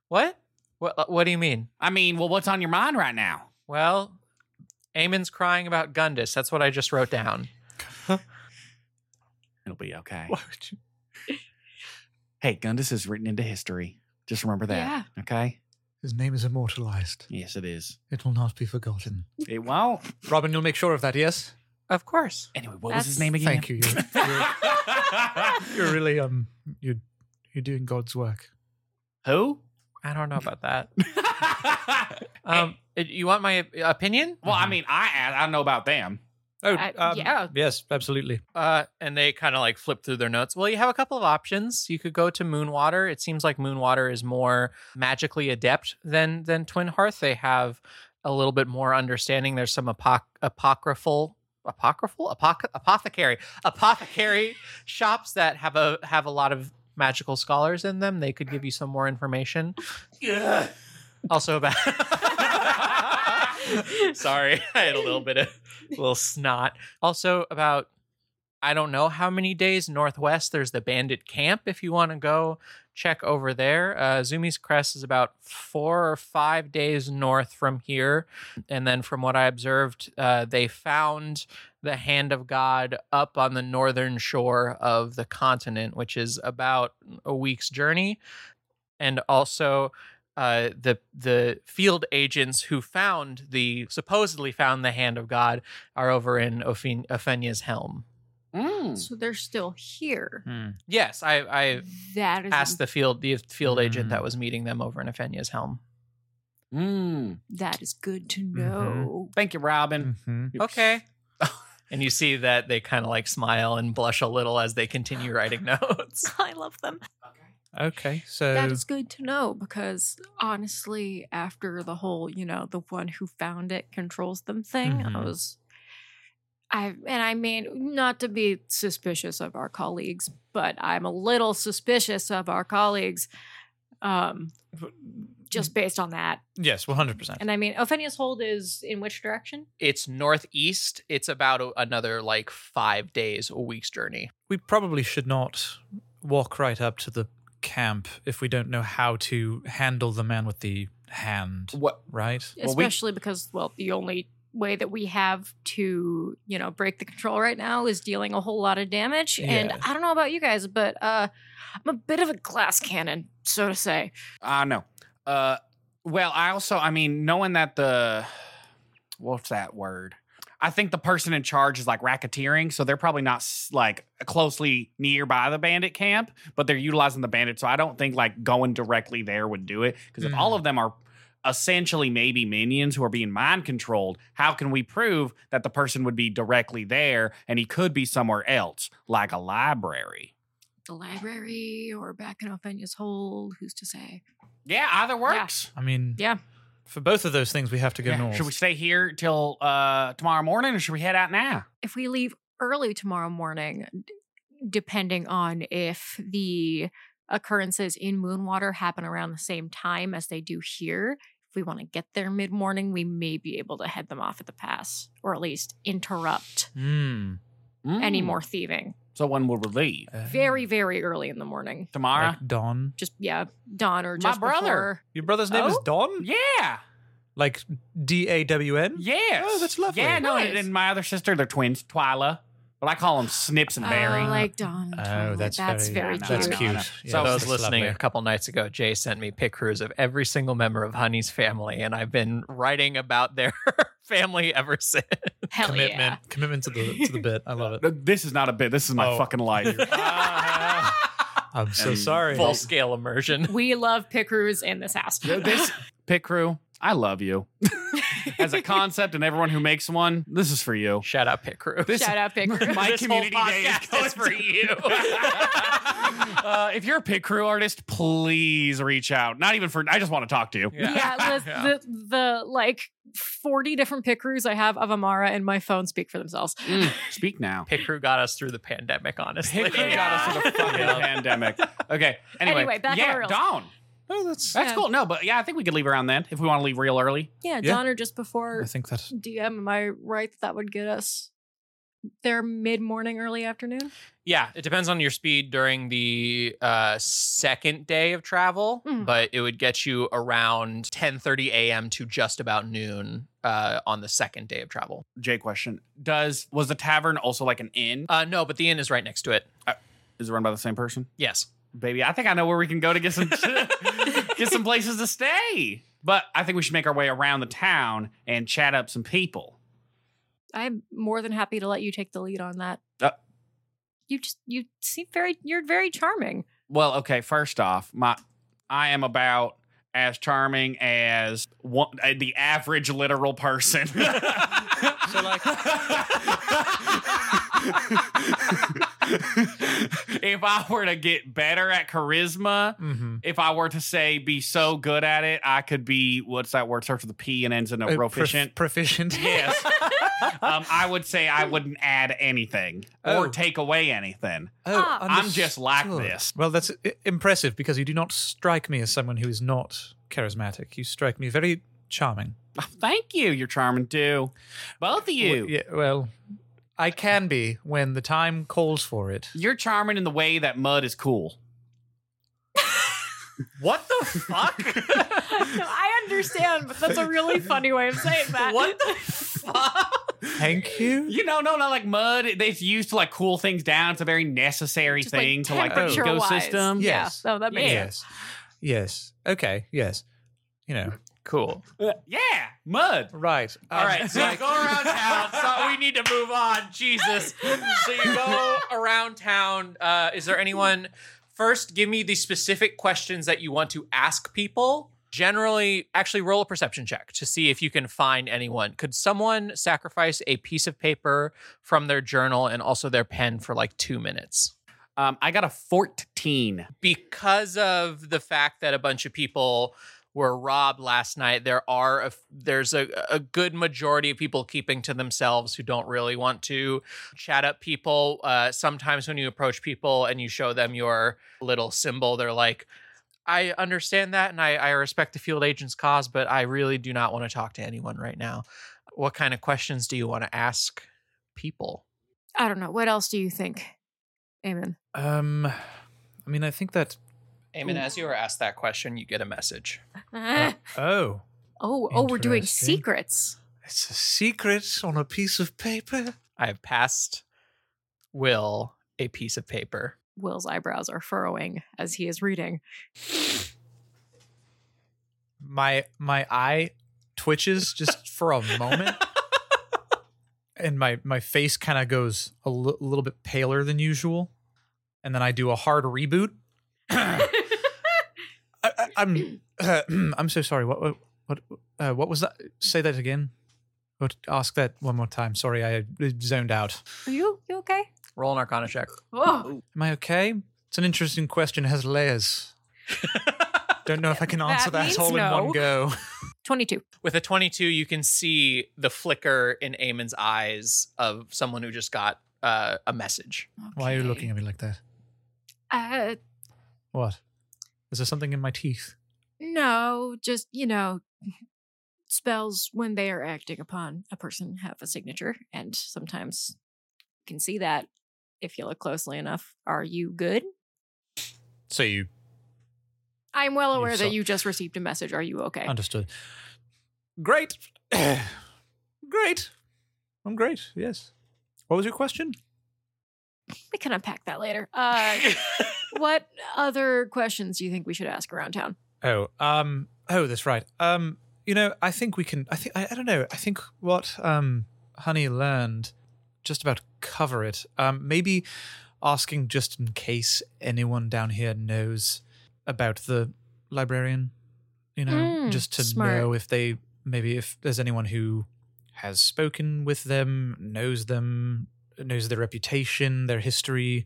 C: What? What? uh, What do you mean?
D: I mean, well, what's on your mind right now?
C: Well, Eamon's crying about Gundus. That's what I just wrote down.
D: It'll be okay.
E: Why would you-
D: Hey, Gundus is written into history. Just remember that. Okay?
E: His name is immortalized.
D: Yes, it is.
E: It will not be forgotten.
D: It won't.
E: Robin, you'll make sure of that, yes?
C: Of course.
D: Anyway, what
B: That's-
D: was his name again?
E: Thank you. You're, you're- you're really um you're you're doing God's work.
D: Who?
C: I don't know about that.
D: well,
C: Um, you want my opinion?
D: I mean, I I know about them.
E: Oh,
B: I- um, yeah.
E: Yes, absolutely.
C: Uh, and they kind of like flip through their notes. Well, you have a couple of options. You could go to Moonwater. It seems like Moonwater is more magically adept than than Twin Hearth. They have a little bit more understanding. There's some apoc- apocryphal apocryphal Apoc- apothecary apothecary shops that have a have a lot of magical scholars in them. They could give you some more information.
F: Yeah.
C: Also about Sorry, I had a little bit of a little snot. Also about I don't know how many days northwest there's the bandit camp if you want to go check over there. Uh Zumi's Crest is about 4 or 5 days north from here and then from what I observed uh they found the hand of god up on the northern shore of the continent which is about a week's journey and also uh, the the field agents who found the supposedly found the hand of God are over in Ophen- Ophenia's helm.
D: Mm.
B: So they're still here.
C: Yes, I I
B: That is
C: asked the field the field agent
E: Mm.
C: that was meeting them over in Ophenia's helm.
E: Hmm.
D: Mm.
B: that is good to
D: Mm-hmm.
B: know.
D: Thank you, Robin.
E: Mm-hmm.
C: Okay. and you see that they kind of like smile and blush a little as they continue writing notes.
B: I love them.
E: Okay, so
B: That is good to know because honestly, after the whole, you know, the one who found it controls them thing, I
C: Mhm.
B: was, I and I mean, not to be suspicious of our colleagues, but I'm a little suspicious of our colleagues, um, just based on that.
E: yes, one hundred percent.
B: And I mean, Ophenius Hold is in which direction?
C: It's northeast. It's about a- another like five days, a week's journey.
E: We probably should not walk right up to the camp if we don't know how to handle the man with the hand,
D: What?
E: right?
D: Well, we-
B: Especially because, well, the only way that we have to, you know, break the control right now is dealing a whole lot of damage. And
E: Yeah.
B: I don't know about you guys, but uh I'm a bit of a glass cannon, so to say.
D: I know. Uh, well, I also, I mean, knowing that the what's that word? I think the person in charge is like racketeering, so they're probably not s- like closely nearby the bandit camp, but they're utilizing the bandit. So I don't think like going directly there would do it because if
E: Mm.
D: all of them are essentially maybe minions who are being mind controlled, how can we prove that the person would be directly there and he could be somewhere else, like a library?
B: The library or back in Ophenia's hold, who's to say?
D: Yeah, either works.
E: I mean,
B: Yeah.
E: For both of those things, we have to go
D: Yeah.
E: north.
D: Should we stay here till uh, tomorrow morning, or should we head out now?
B: If we leave early tomorrow morning, d- depending on if the occurrences in Moonwater happen around the same time as they do here, If we want to get there mid morning, we may be able to head them off at the pass, or at least interrupt
C: Hmm.
B: any
D: Mm.
B: more thieving
D: So when will we leave?
E: Uh,
B: very, very early in the morning.
D: Tomorrow?
E: like dawn.
B: Just yeah, dawn or
D: My
B: just
D: brother.
B: before.
E: Your brother's name is
B: Oh?
E: Dawn?
D: yeah.
E: Like D A W N?
D: Yes.
E: Oh, that's lovely.
D: Yeah, no,
B: Nice.
D: and my other sister, they're twins, Twyla. But I call them Snips and Barry.
B: Oh, like dawn.
E: Oh, that's,
B: that's very,
E: very,
D: no,
E: That's
B: cute.
E: cute.
D: no.
E: Yeah,
C: so
E: that's
C: those listening a
E: lovely.
C: couple nights ago, Jay sent me pictures of every single member of Honey's family, and I've been writing about their family ever since.
B: Hell
E: commitment,
B: yeah.
E: commitment to the to the bit. I love it.
D: Th- Uh, this is not a bit. This is my
E: Oh.
D: fucking life.
E: Ah, I'm so
D: And
E: sorry.
C: Full scale immersion.
B: We love Pickroo's in this house.
D: Yo, this pit crew, I love you. As a concept, and everyone who makes one, this is for you.
C: Shout out Pit Crew.
D: This
B: Shout out Pickroo.
D: my
C: This whole
D: community day is
C: podcast
D: going
C: is for
D: to-
C: you.
D: uh, if you're a pit crew artist, please reach out. Not even for. I just want to talk to you.
B: Yeah, the, the the like forty different Pickroos I have of Amara and my phone speak for themselves.
D: Mm, speak now.
C: Pit Crew got us through the pandemic, honestly.
D: Pit crew got
B: Yeah.
D: us to the fucking
C: Yeah.
D: pandemic. Okay. Anyway,
B: Anyway, back on
D: yeah,
B: rails.
D: Dawn.
E: Oh, that's.
D: That's
B: Yeah.
D: cool. No, but yeah, I think we could leave around then if we want to leave real early.
B: Yeah,
E: Yeah.
B: Donner just before
E: I think that's.
B: DM. Am I right that that would get us there mid morning, early afternoon?
C: Yeah, it depends on your speed during the uh, second day of travel,
B: Mm.
C: but it would get you around 10:30 a.m. to just about noon uh, on the second day of travel.
D: Jay question. Does was the tavern also like an inn?
C: Uh, no, but the inn is right next to it.
D: Is it run by the same person?
C: Yes.
D: Baby, I think I know where we can go to get some get some places to stay. But I think we should make our way around the town and chat up some people.
B: I'm more than happy to let you take the lead on that.
D: Uh.
B: you just you seem very you're very charming.
D: Well, okay, first off, my I am about as charming as one, uh, the average literal person. so
E: like-
D: if I were to get better at charisma,
E: Mm-hmm.
D: if I were to say be so good at it, I could be what's that word starts with a P and ends
E: Uh,
D: in a proficient.
E: Oh, proficient.
D: Yes. um, I would say I wouldn't add anything
E: Oh.
D: or take away anything.
B: Ah.
D: I'm just like
E: understood.
D: this.
E: Well, that's i- impressive because you do not strike me as someone who is not charismatic. You strike me very charming.
D: Oh, thank you. You're charming too. Both of you.
E: W- yeah, well, I can be when the time calls for it.
D: You're charming in the way that mud is cool.
C: What the fuck?
B: I understand, but that's a really funny way of saying that.
C: what the fuck?
E: Thank you.
D: You know, no, not like mud. it- It's used to like cool things down. It's a very necessary
B: Just,
D: thing to like the
B: temperature-wise.
D: ecosystem.
E: Yes.
B: Yeah. No, that makes sense.
E: Yes. Yes. Okay. Yes. You know. Cool.
D: Yeah, mud.
E: Right.
C: All
E: Um,
C: right, so
E: like-
C: go around town. So we need to move on. Jesus. So you go around town. Uh, is there anyone? First, give me the specific questions that you want to ask people. Generally, actually, roll a perception check to see if you can find anyone. Could someone sacrifice a piece of paper from their journal and also their pen for like two minutes?
D: Um, I got a 14.
C: because of the fact that a bunch of people were robbed last night there are a, there's a, a good majority of people keeping to themselves who don't really want to chat up people uh, sometimes when you approach people and you show them your little symbol they're like i understand that and I, I respect the field agent's cause but i really do not want to talk to anyone right now what kind of questions do you want to ask people
B: I don't know. What else do you think? Amen.
E: Um, I mean, I think that.
C: Eamon, as you are asked that question you get a message
D: Uh,
B: Eh.
E: Oh,
B: oh, oh, we're doing
E: Interesting.
B: secrets.
E: it's a secret on a piece of paper.
C: I have passed Will a piece of paper.
B: Will's eyebrows are furrowing as he is reading.
E: My my eye twitches just for a moment, and my my face kind of goes a li- little bit paler than usual, and then I do a hard reboot. I, I, I'm I'm so sorry. What what what, uh, what was that? Say that again. What, ask that one more time. Sorry, I uh, zoned out.
B: Are you you okay?
C: Roll an Arcana check.
B: Oh,
E: Am I okay? It's an interesting question. It has layers. Don't know if I can answer
B: That
E: that,
B: means
E: all in
B: no.
E: one go.
B: 22.
C: With a 22, you can see the flicker in Eamon's eyes of someone who just got uh, a message.
E: Why are you
B: Okay.
E: looking at me like that?
B: Uh,
E: What? Is there something in my teeth?
B: No, just, you know, spells when they are acting upon a person have a signature, and sometimes you can see that if you look closely enough. Are you good?
E: So you
B: I'm well
E: You
B: aware
E: saw-
B: that you just received a message. Are you okay?
E: understood. Great. great. I'm great. Yes. What was your question?
B: we can unpack that later. Uh, what other questions do you think we should ask around town?
E: Oh, um, oh, that's right. Um, you know, I think we can. I think I, I don't know. I think what um, Honey learned just about cover it. Um, maybe asking just in case anyone down here knows about the librarian. You know,
B: Mm,
E: just to
B: smart.
E: know if they maybe if there's anyone who has spoken with them, knows them, knows their reputation, their history,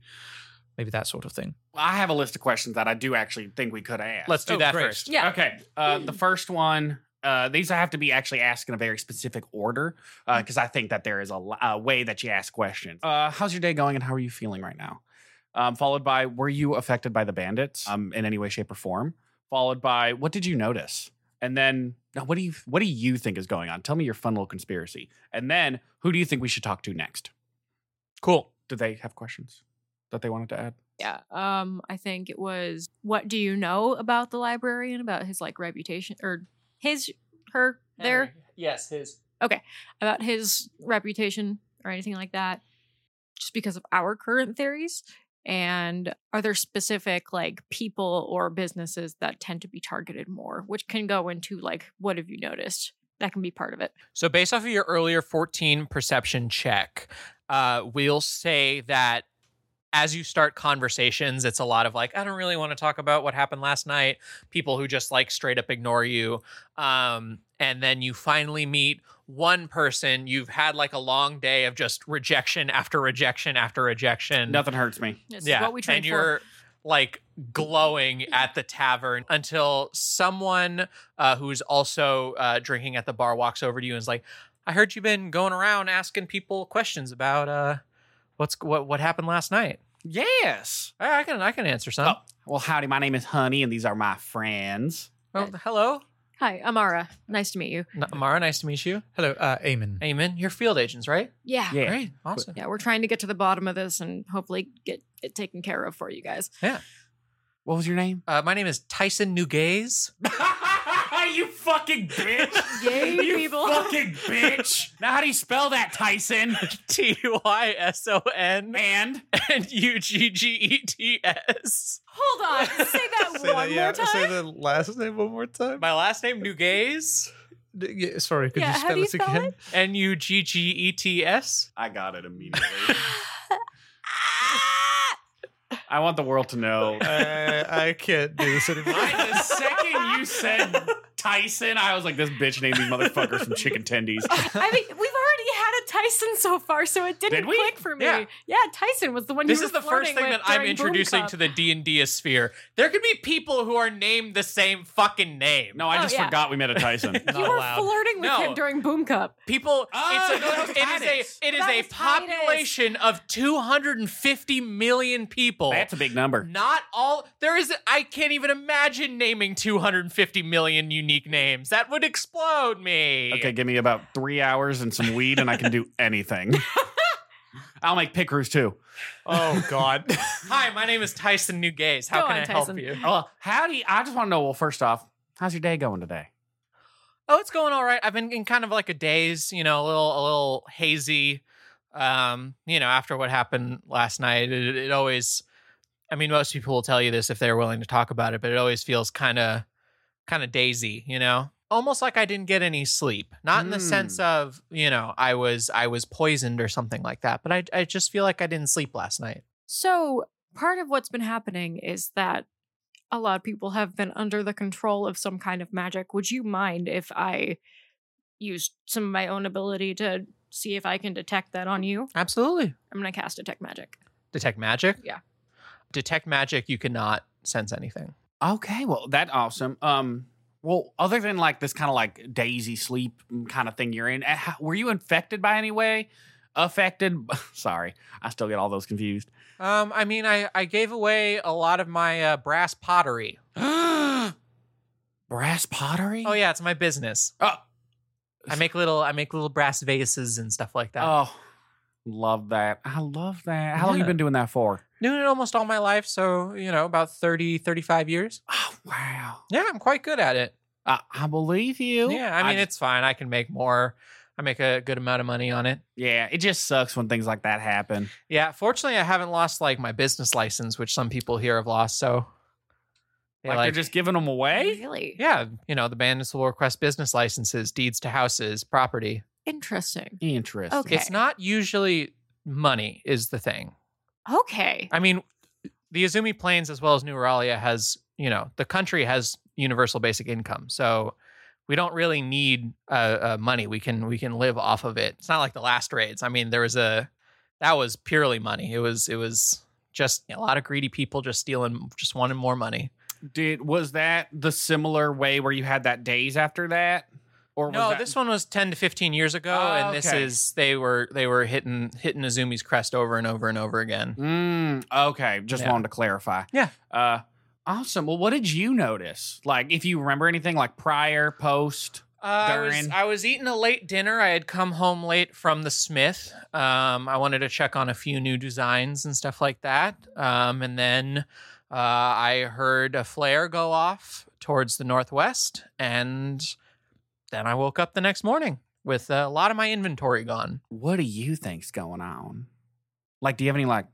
E: maybe that sort of thing.
D: I have a list of questions that I do actually think we could ask.
C: Let's do
F: Oh,
C: that
F: great.
C: first.
B: Yeah.
D: Okay. Uh, the first one, uh, these I have to be actually asked in a very specific order because I think that there is a, l- a way that you ask questions. Uh, how's your day going and how are you feeling right now? Um, followed by, were you affected by the bandits um, in any way, shape, or form? Followed by, what did you notice? And then, now what do you what do you think is going on? Tell me your fun little conspiracy. And then, who do you think we should talk to next?
E: Cool.
D: Do they have questions that they wanted to add?
B: Yeah. Um, I think it was what do you know about the librarian, about his like reputation or his her there?
G: Yes, his.
B: About his reputation or anything like that. Just because of our current theories. And are there specific like people or businesses that tend to be targeted more, which can go into like what have you noticed? That can be part of it.
C: So, based off of your earlier 14 perception check, uh, we'll say that as you start conversations, it's a lot of like, I don't really want to talk about what happened last night. People who just like straight up ignore you. Um, and then you finally meet one person. You've had like a long day of just rejection after rejection after rejection.
D: Nothing hurts me.
B: This is what we train
C: and
B: for.
C: you're like glowing at the tavern until someone uh, who's also uh, drinking at the bar walks over to you and is like, "I heard you've been going around asking people questions about uh, what's what what happened last night.
D: Yes.
C: I, I can I can answer some.
D: Oh. Well, howdy. My name is Honey, and these are my friends.
C: Oh, hello,
B: Hi, Amara. Nice to meet you.
C: N- Amara. Nice to meet you.
E: Hello, uh, Eamon.
C: Amen. You're field agents, right?
B: Yeah. yeah.
D: Yeah.
C: Great, awesome.
B: we're trying to get to the bottom of this and hopefully get it taken care of for you guys.
D: What was your name?
C: Uh, my name is Tyson Nugaze.
D: you fucking bitch.
B: Yay,
D: you
B: people.
D: fucking bitch. Now, how do you spell that, Tyson?
C: T Y S O N
D: And
C: and U G G E T S.
B: Hold on. Say that one more time.
E: the last name one more time.
C: My last name Nugaze.
E: D- yeah, sorry, could
B: Yeah,
E: you
B: how
E: spell
B: do you
E: it
B: spell
E: again?
B: it?
C: N U G G E T S.
D: I got it immediately. I want the world to know.
E: I can't do this anymore.
D: I, the second you said Tyson, I was like, this bitch named these motherfuckers some chicken tendies.
B: I mean, we've already had a Tyson so far, so it didn't
D: Did we?
B: click for me.
C: Yeah.
B: Yeah, Tyson was the one.
C: This
B: you
C: is
B: were
C: the first
B: flirting
C: thing
B: with
C: that I'm
B: during Boom
C: introducing
B: Cup.
C: to the D and D sphere. There could be people who are named the same fucking name.
D: No, I
B: Oh,
D: just
B: yeah.
D: forgot we met a Tyson.
B: You were
C: allowed.
B: flirting with
C: No.
B: him during Boom Cup.
C: People,
D: Oh, that was
C: it's a, it is
D: Titus.
C: a it is
B: That
C: a
B: was Titus.
C: population of 250 million people.
D: That's a big number.
C: not all there is I can't even imagine naming 250 million unique names. That would explode me.
D: Okay, give me about three hours and some weed, and I can do anything. I'll make pick roos too.
E: oh God.
C: Hi, my name is Tyson Newgaze. How
B: Go
C: can
B: on,
C: I
B: Tyson.
C: help you?
D: Oh, how do you, I just want to know? Well, first off, how's your day going today?
C: Oh, it's going all right. I've been in kind of like a daze, you know, a little a little hazy. Um, you know, after what happened last night, it, it always I mean, most people will tell you this if they're willing to talk about it, but it always feels kind of kind of dazy, you know? Almost like I didn't get any sleep. Not in the
D: Mm.
C: sense of, you know, I was I was poisoned or something like that, but I I just feel like I didn't sleep last night.
B: So part of what's been happening is that a lot of people have been under the control of some kind of magic. Would you mind if I used some of my own ability to see if I can detect that on you?
C: Absolutely.
B: I'm gonna cast detect magic.
C: Detect magic?
B: Yeah.
C: Detect magic, you cannot sense anything.
D: Okay, well, that awesome. Um, well, other than like this kind of like daisy sleep kind of thing you're in, eh, how- were you infected by any way? Affected? Sorry, I still get all those confused.
C: Um, I mean, I, I gave away a lot of my uh, brass pottery.
D: oh Brass pottery?
C: Oh yeah, it's my business.
D: Oh.
C: I make little I make little brass vases and stuff like that.
D: Oh, love that. I love that. How long you
C: Yeah.
D: been doing that for?
C: Doing it almost all my life, so you know, about 30, 35 years.
D: Oh, wow.
C: Yeah, I'm quite good at it.
D: I, I believe you.
C: Yeah, I mean
D: ju-
C: it's fine. I can make more. I make a good amount of money on it.
D: yeah, it just sucks when things like that happen.
C: Yeah, fortunately I haven't lost like my business license, which some people here have lost, so they,
D: like, they're just giving them away.
B: Really?
C: Yeah, you know, the bandits will request business licenses, deeds to houses, property.
B: Interesting.
D: Interesting.
B: Okay.
C: It's not usually money is the thing.
B: Okay.
C: I mean, the Izumi Plains as well as New Oralia has, you know, the country has universal basic income, so we don't really need uh, uh, money. We can we can live off of it. It's not like the last raids. I mean, there was a that was purely money. It was it was just a lot of greedy people just stealing, just wanting more money.
D: Did was that the similar way where you had that days after that? Or was
C: No,
D: that-
C: this one was ten to fifteen years ago,
D: Oh,
C: and this
D: okay.
C: is they were they were hitting hitting Azumi's crest over and over and over again.
D: Mm, okay, just
C: Yeah.
D: wanted to clarify.
C: Yeah.
D: Uh, awesome. Well, what did you notice? Like, if you remember anything, like prior, post.
C: Uh, I was,
D: Darn.
C: I was eating a late dinner. I had come home late from the Smith. Um, I wanted to check on a few new designs and stuff like that. Um, and then uh, I heard a flare go off towards the northwest. And then I woke up the next morning with a lot of my inventory gone.
D: What do you think's going on? Like, do you have any like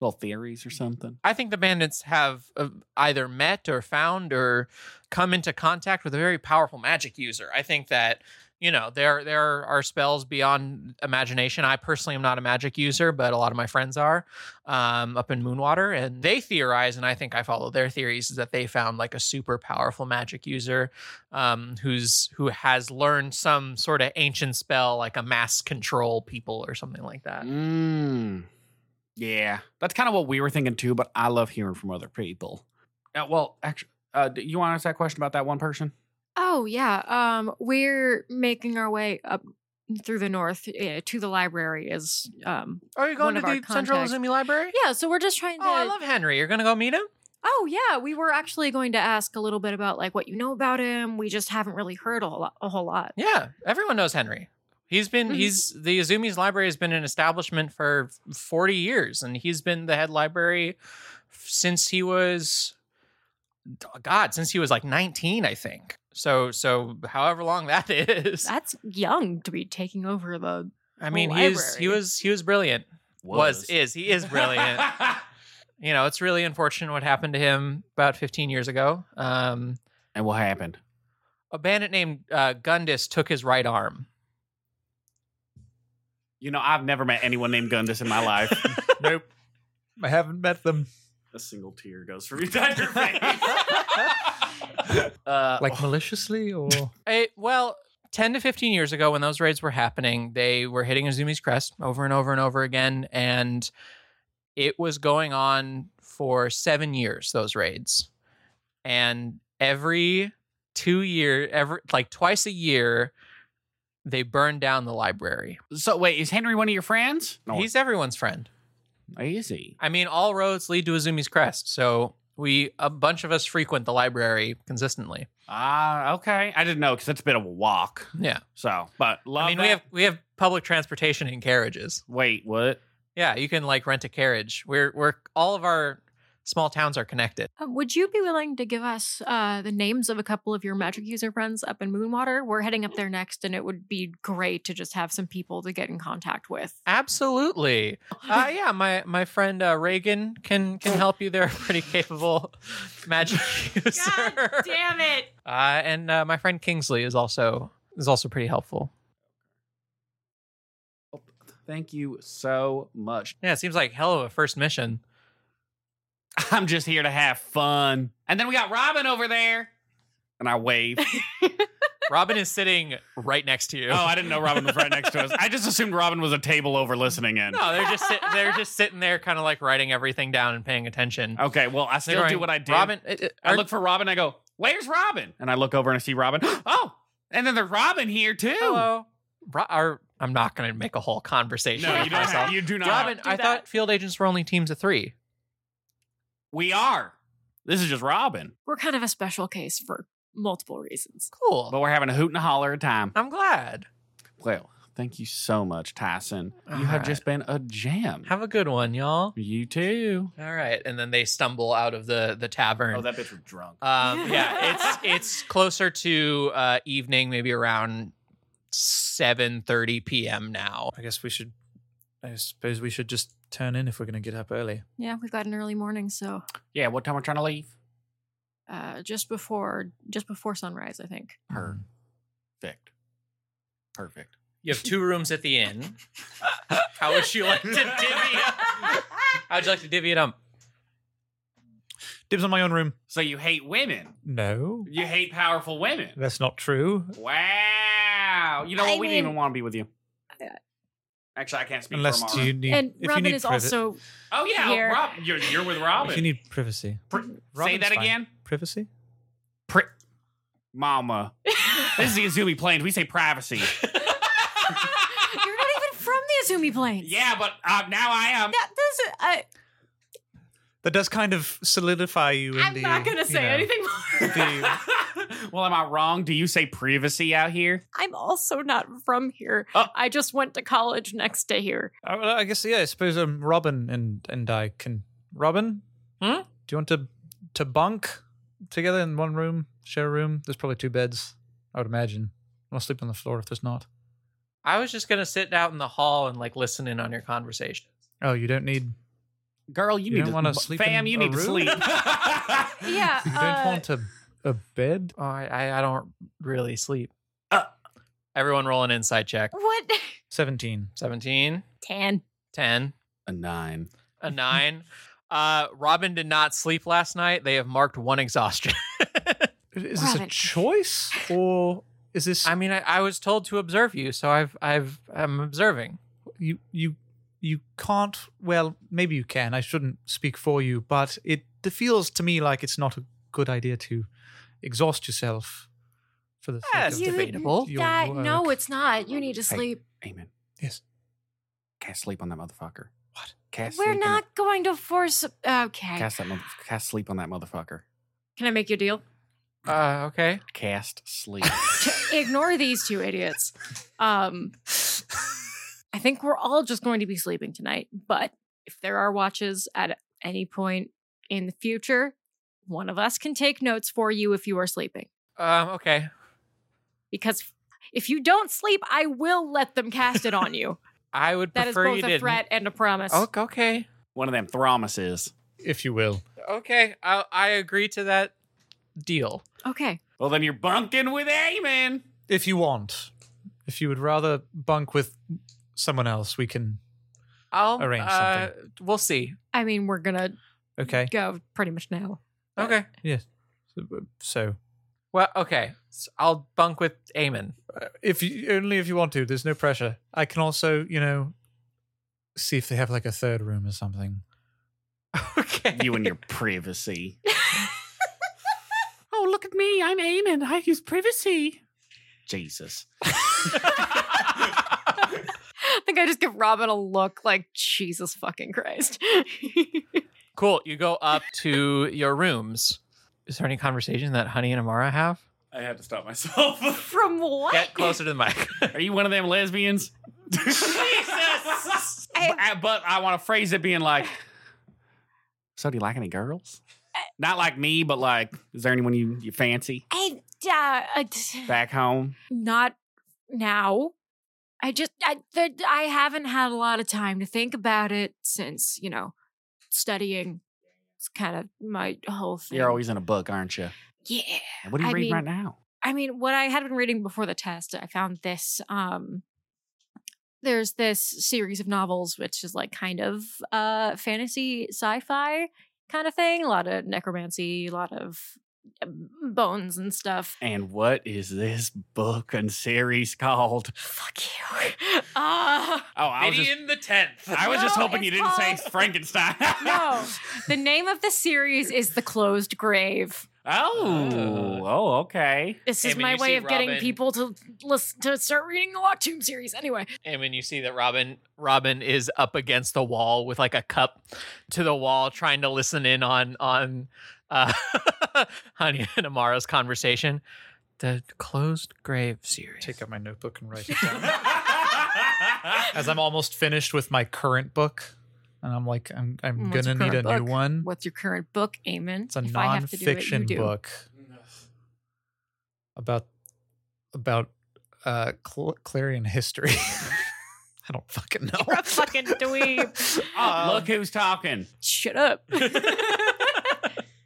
D: little theories or something?
C: I think the bandits have uh, either met or found or come into contact with a very powerful magic user. I think that you know there there are spells beyond imagination. I personally am not a magic user, but a lot of my friends are um, up in Moonwater, and they theorize, and I think I follow their theories is that they found like a super powerful magic user um, who's who has learned some sort of ancient spell, like a mass control people or something like that.
D: Mm. Uh, Yeah, that's kind of what we were thinking too. But I love hearing from other people. Uh, well, actually, uh, do you want to ask that question about that one person?
B: Oh yeah. Um, we're making our way up through the north uh, to the library. Is um,
C: Are you
B: One
C: going
B: of
C: to
B: our
C: the Central
B: contacts-
C: Azumi Library?
B: yeah. So we're just trying to.
C: Oh, I love Henry. You're gonna go meet him?
B: Oh, yeah. We were actually going to ask a little bit about like what you know about him. We just haven't really heard a whole lot. A whole lot.
C: Yeah, everyone knows Henry. He's been
B: Mhm.
C: he's the Azumi's library has been an establishment for forty years, and he's been the head library since he was God, since he was like nineteen, I think. So so however long that is.
B: That's young to be taking over the.
C: I mean,
B: whole
C: he is he
B: library.
C: was he was brilliant. Was. is he is brilliant. you know, it's really unfortunate what happened to him about fifteen years ago. Um,
D: and what happened?
C: a bandit named uh, Gundis took his right arm.
D: You know, I've never met anyone named Gundus in my life.
E: nope. I haven't met them.
D: A single tear goes from your down your face. uh,
E: Like maliciously or
C: Eh, well, 10 to 15 years ago, when those raids were happening, they were hitting Azumi's crest over and over and over again. And it was going on for seven years, those raids. And every two year, every like twice a year, they burn down the library.
D: so wait, is Henry one of your friends?
C: He's everyone's friend.
D: easy.
C: I mean, all roads lead to Azumi's crest. So we, a bunch of us frequent the library consistently.
D: Ah, okay. I didn't know because it's a bit of a walk.
C: Yeah.
D: So, but love.
C: I mean,
D: that.
C: we have, we have public transportation and carriages.
D: Wait, what?
C: Yeah, you can like rent a carriage. We're we're all of our small towns are connected.
B: Um, would you be willing to give us uh, the names of a couple of your magic user friends up in Moonwater? We're heading up there next, and it would be great to just have some people to get in contact with.
C: Absolutely. Uh, yeah, my my friend uh, Reagan can can help you. They're a pretty capable magic user.
B: damn it!
C: Uh, and uh, my friend Kingsley is also is also pretty helpful.
D: Thank you so much.
C: Yeah, it seems like hell of a first mission.
D: I'm just here to have fun. And then we got Robin over there. And I wave. oh,
C: Robin is sitting right next to you.
D: I didn't know Robin was right next to us. I just assumed Robin was a table over listening in.
C: no, they're just sit- they're just sitting there, kind of like writing everything down and paying attention.
D: Okay, well, I still do
C: During-
D: what I did.
C: Robin, uh, uh,
D: I
C: are-
D: look for Robin. I go, "Where's Robin?" And I look over and I see Robin. oh, and then there's Robin here too.
C: Hello. Ro- our- I'm not going to make a whole conversation.
D: No,
C: with
D: you don't.
C: myself.
D: you do not.
C: Robin, I thought field agents were only teams of three.
D: we are. This is just Robin.
B: We're kind of a special case for multiple reasons.
C: Cool.
D: But we're having a hoot and a holler time.
C: I'm glad.
D: Well, thank you so much, Tyson. You
C: All
D: have
C: right.
D: just been a jam.
C: Have a good one, y'all.
D: you too.
C: All right, and then they stumble out of the the tavern.
F: Oh, that bitch was drunk.
C: um, yeah, it's it's closer to uh, evening, maybe around seven thirty p.m. now.
E: I guess we should. I suppose we should just turn in if we're going to get up early.
B: Yeah, we've got an early morning, so
D: Yeah, what time we're trying to leave?
B: uh, just before just before sunrise, I think.
E: Hmm.
D: Perfect. Perfect.
C: You have two rooms at the inn. How would you like to divvy up? How would you like to divvy it up?
E: Dibs on my own room.
D: So you hate women.
E: No,
D: You hate powerful women.
E: that's not true.
D: Wow. You know what?
B: I
D: we
B: mean-
D: didn't even want to be with you.
B: Yeah.
D: Actually, I can't speak for
E: Unless
D: Amara.
E: you need.
B: And
E: if you
B: Robin
E: need
B: is
E: priva-
B: also
D: Oh yeah,
B: Here.
D: Rob, you're you're with Robin.
E: If you need privacy.
D: Pri- say
E: Robin's
D: that
E: fine.
D: again.
E: Privacy.
D: Pri- Mama, this is the Azumi Plains. We say privacy.
B: You're not even from the Azumi Plains.
D: yeah, but uh, now I am.
B: That uh, doesn't. I,
E: That does kind of solidify you. in
B: I'm
E: the,
B: not gonna
E: you
B: say
E: know,
B: anything more.
E: the-
D: well, am I wrong? Do you say privacy out here?
B: I'm also not from here.
D: Oh.
B: I just went to college next to here.
E: I, well, I guess yeah. I suppose um, Robin and and I can. Robin,
C: Hmm?
E: do you want to to bunk together in one room, share a room? There's probably two beds. I would imagine. I'll sleep on the floor if there's not.
C: I was just gonna sit out in the hall and like listen in on your conversation.
E: Oh, you don't need.
D: Girl, you,
E: You
D: need
E: don't
D: to
E: wanna
D: b-
E: sleep
D: Fam,
E: in
D: you
E: a
D: need to
E: room?
D: sleep.
B: Yeah.
E: You don't want a a bed.
C: Oh, I I- I don't really sleep. Everyone roll an insight check.
B: what?
E: Seventeen.
C: 17,
B: Tan.
C: 10,
D: A nine.
C: a 9. Uh, Robin did not sleep last night. They have marked one exhaustion.
E: Is this a
B: Robin.
E: choice or is this
C: I mean, I, I was told to observe you, so I've I've I'm observing.
E: you you you can't? Well, maybe you can. I shouldn't speak for you, but it feels to me like it's not a good idea to exhaust yourself for the sake
C: That's
E: of
B: You-
C: debatable.
E: your
B: That- no,
E: work.
B: it's not. You need to
D: Hey,
B: sleep.
D: Amen.
E: Yes.
D: Cast sleep on that motherfucker.
E: What?
D: Cast
B: We're
D: sleep on
B: not going to force. Okay.
D: that- cast that mother- cast sleep on that motherfucker.
B: Can I make you a deal?
C: Uh, okay.
D: Cast sleep.
B: Ignore these two idiots. Um, I think we're all just going to be sleeping tonight. But if there are watches at any point in the future, one of us can take notes for you if you are sleeping.
C: Um, okay.
B: Because if you don't sleep, I will let them cast it on you.
C: I would
B: That is
C: prefer
B: both a
C: you didn't. Oh.
B: threat and a promise.
C: Ok- Okay.
D: One of them thromuses.
E: if you will.
C: Okay. I I agree to that deal.
B: Okay.
D: Well, then you're bunking with Amen.
E: If you want. If you would rather bunk with someone else, we can
C: I'll
E: Arrange
C: uh, We'll see.
B: I mean, we're gonna
E: Okay.
B: go pretty much now.
C: Okay.
E: So, so
C: Well, okay. S- I'll bunk with Eamon.
E: uh, if you only if you want to, there's no pressure. I can also, you know, see if they have like a third room or something.
C: Okay.
D: You and your privacy. oh, look at me. I'm Amen. I use privacy. Jesus.
B: I think I just give Robin a look like Jesus fucking Christ.
C: Cool. You go up to your rooms. Is there any conversation that Honey and Amara have?
F: I had to stop myself.
B: From what?
C: Get closer to the mic.
D: Are you one of them lesbians? Jesus.
B: I-
D: but I want to phrase it being like, so do you like any girls?
B: Uh,
D: Not like me, but like, is there anyone you, you fancy
B: I, uh, uh, t-
D: back home?
B: not now. I just I there, I haven't had a lot of time to think about it since you know studying. It's kind of my whole thing.
D: You're always in a book, aren't you?
B: yeah.
D: What are you
B: I
D: reading
B: mean-
D: right now?
B: I mean, what I had been reading before the test, I found this. Um, there's this series of novels which is like kind of uh, fantasy sci-fi kind of thing. A lot of necromancy, a lot of um, bones and stuff.
D: And what is this book and series called?
B: Fuck you. Uh,
D: Oh, I was just,
F: Gideon the tenth.
D: I was just
B: No,
D: hoping you
B: it's
D: didn't say
B: called-
D: Frankenstein.
B: no, the name of the series is The Closed Grave.
D: Oh,
E: Uh.
D: Oh, oh, okay.
B: This
C: And
B: is
C: when
B: my
C: you
B: way
C: see
B: of getting
C: Robin-
B: people to listen to start reading the Lock Tomb series. Anyway,
C: And when you see that Robin Robin is up against the wall with like a cup to the wall, trying to listen in on on uh, Honey and Amara's conversation, the closed grave series.
E: Take out my notebook and write it down. As I'm almost finished with my current book, and I'm like, I'm, I'm
B: What's
E: gonna
B: your
E: need a
B: current
E: new
B: book?
E: one.
B: what's your current book, Eamon?
E: It's a
B: if I have to do it, you
E: nonfiction
B: do.
E: book about about uh, cl- Clarion history. I don't fucking know.
B: You're a fucking dweeb.
E: Um,
D: Oh, Look who's talking.
B: Shut up.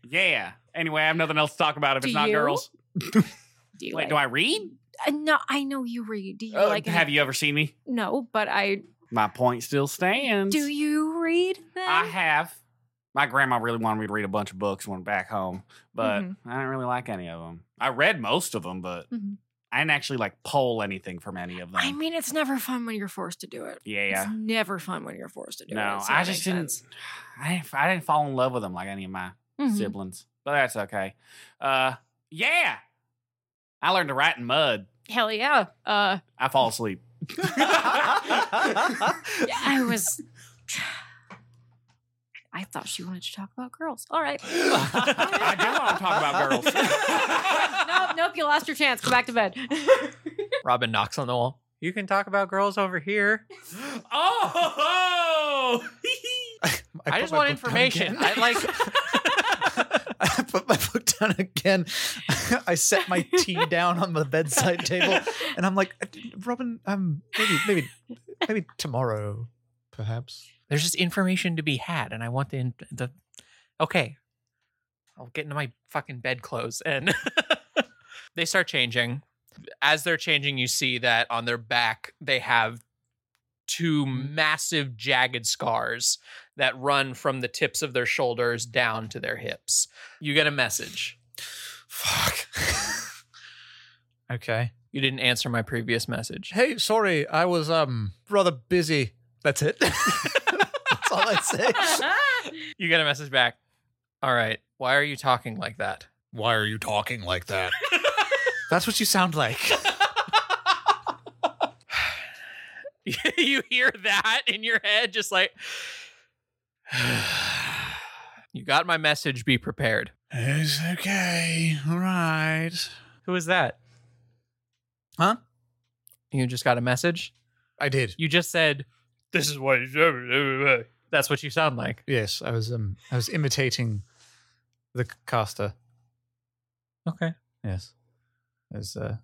D: Yeah. Anyway, I have nothing else to talk about if
B: Do
D: it's not
B: you?
D: girls.
B: do you
D: Wait,
B: like,
D: do I read?
B: Uh, no, I know you read. Do you
D: Uh,
B: like?
D: have you ever seen me?
B: No, but I.
D: My point still stands.
B: Do you read? Then?
D: I have. My grandma really wanted me to read a bunch of books when back home, but
B: Mhm.
D: I didn't really like any of them. I read most of them, but
B: Mhm.
D: I didn't actually like poll anything from any of them.
B: I mean, it's never fun when you're forced to do it.
D: yeah,
B: It's never fun when you're forced to do it.
D: no,
B: so
D: I
B: it
D: just
B: makes
D: didn't.
B: sense.
D: I didn't, I didn't fall in love with them like any of my
B: Mhm.
D: siblings, but that's okay. Uh, yeah, I learned to write in mud.
B: Hell yeah. Uh,
D: I fall asleep.
B: yeah, I was. I thought she wanted to talk about girls. All right.
D: I do want to talk about girls.
B: nope, nope. You lost your chance. Go back to bed.
C: Robin knocks on the wall. You can talk about girls over here.
F: Oh!
C: I,
E: put
C: just
E: my
C: want
E: book down
C: information.
E: again.
C: I like
E: I put my book down again. I set my tea down on the bedside table, and I'm like, Robin, um, maybe, maybe, maybe tomorrow, perhaps.
C: there's just information to be had, and I want the the. Okay, I'll get into my fucking bedclothes, and they start changing. As they're changing, you see that on their back they have two massive jagged scars that run from the tips of their shoulders down to their hips. You get a message.
E: Fuck. okay.
C: You didn't answer my previous message.
E: Hey, sorry, I was um rather busy. That's it. That's all I say.
C: You get a message back. All right. Why are you talking like that?
E: Why are you talking like that? That's what you sound like.
C: you hear that in your head, just like, you got my message. Be prepared.
E: It's okay. All right.
C: Who is that?
E: Huh?
C: You just got a message.
E: I did.
C: You just said, "This is what." you-" That's what you sound like.
E: Yes, I was um I was imitating the c- caster.
C: Okay.
E: Yes. As uh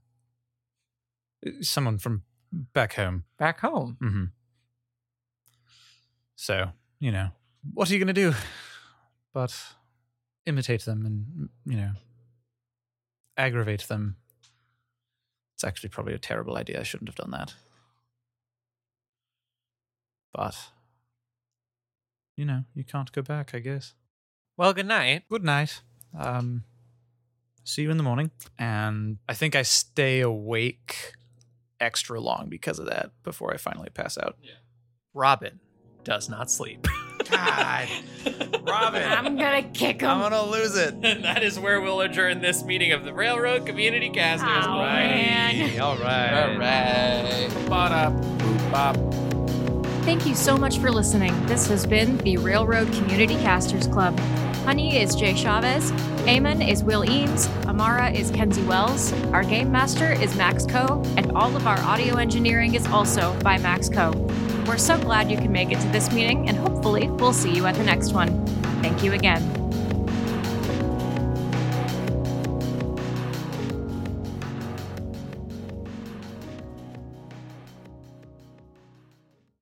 E: someone from back home.
C: Back home.
E: Mm-hmm. So, you know, what are you gonna do? But imitate them and you know aggravate them. It's actually probably a terrible idea. I shouldn't have done that. But you know, you can't go back, I guess
C: Well, good night.
E: good night. Um, see you in the morning. And I think I stay awake extra long because of that before I finally pass out.
C: Robin does not sleep.
E: God,
B: I'm gonna kick him.
E: gonna lose it.
C: and that is where we'll adjourn this meeting of the Railroad Community Casters.
B: Ow, man.
G: All right.
C: All right.
B: Thank you so much for listening. This has been the Railroad Community Casters Club. Honey is Jay Chavez. Eamon is Will Eames. Amara is Kenzie Wells. Our game master is Max Coe. And all of our audio engineering is also by Max Coe. We're so glad you can make it to this meeting, and hopefully, we'll see you at the next one. Thank you again.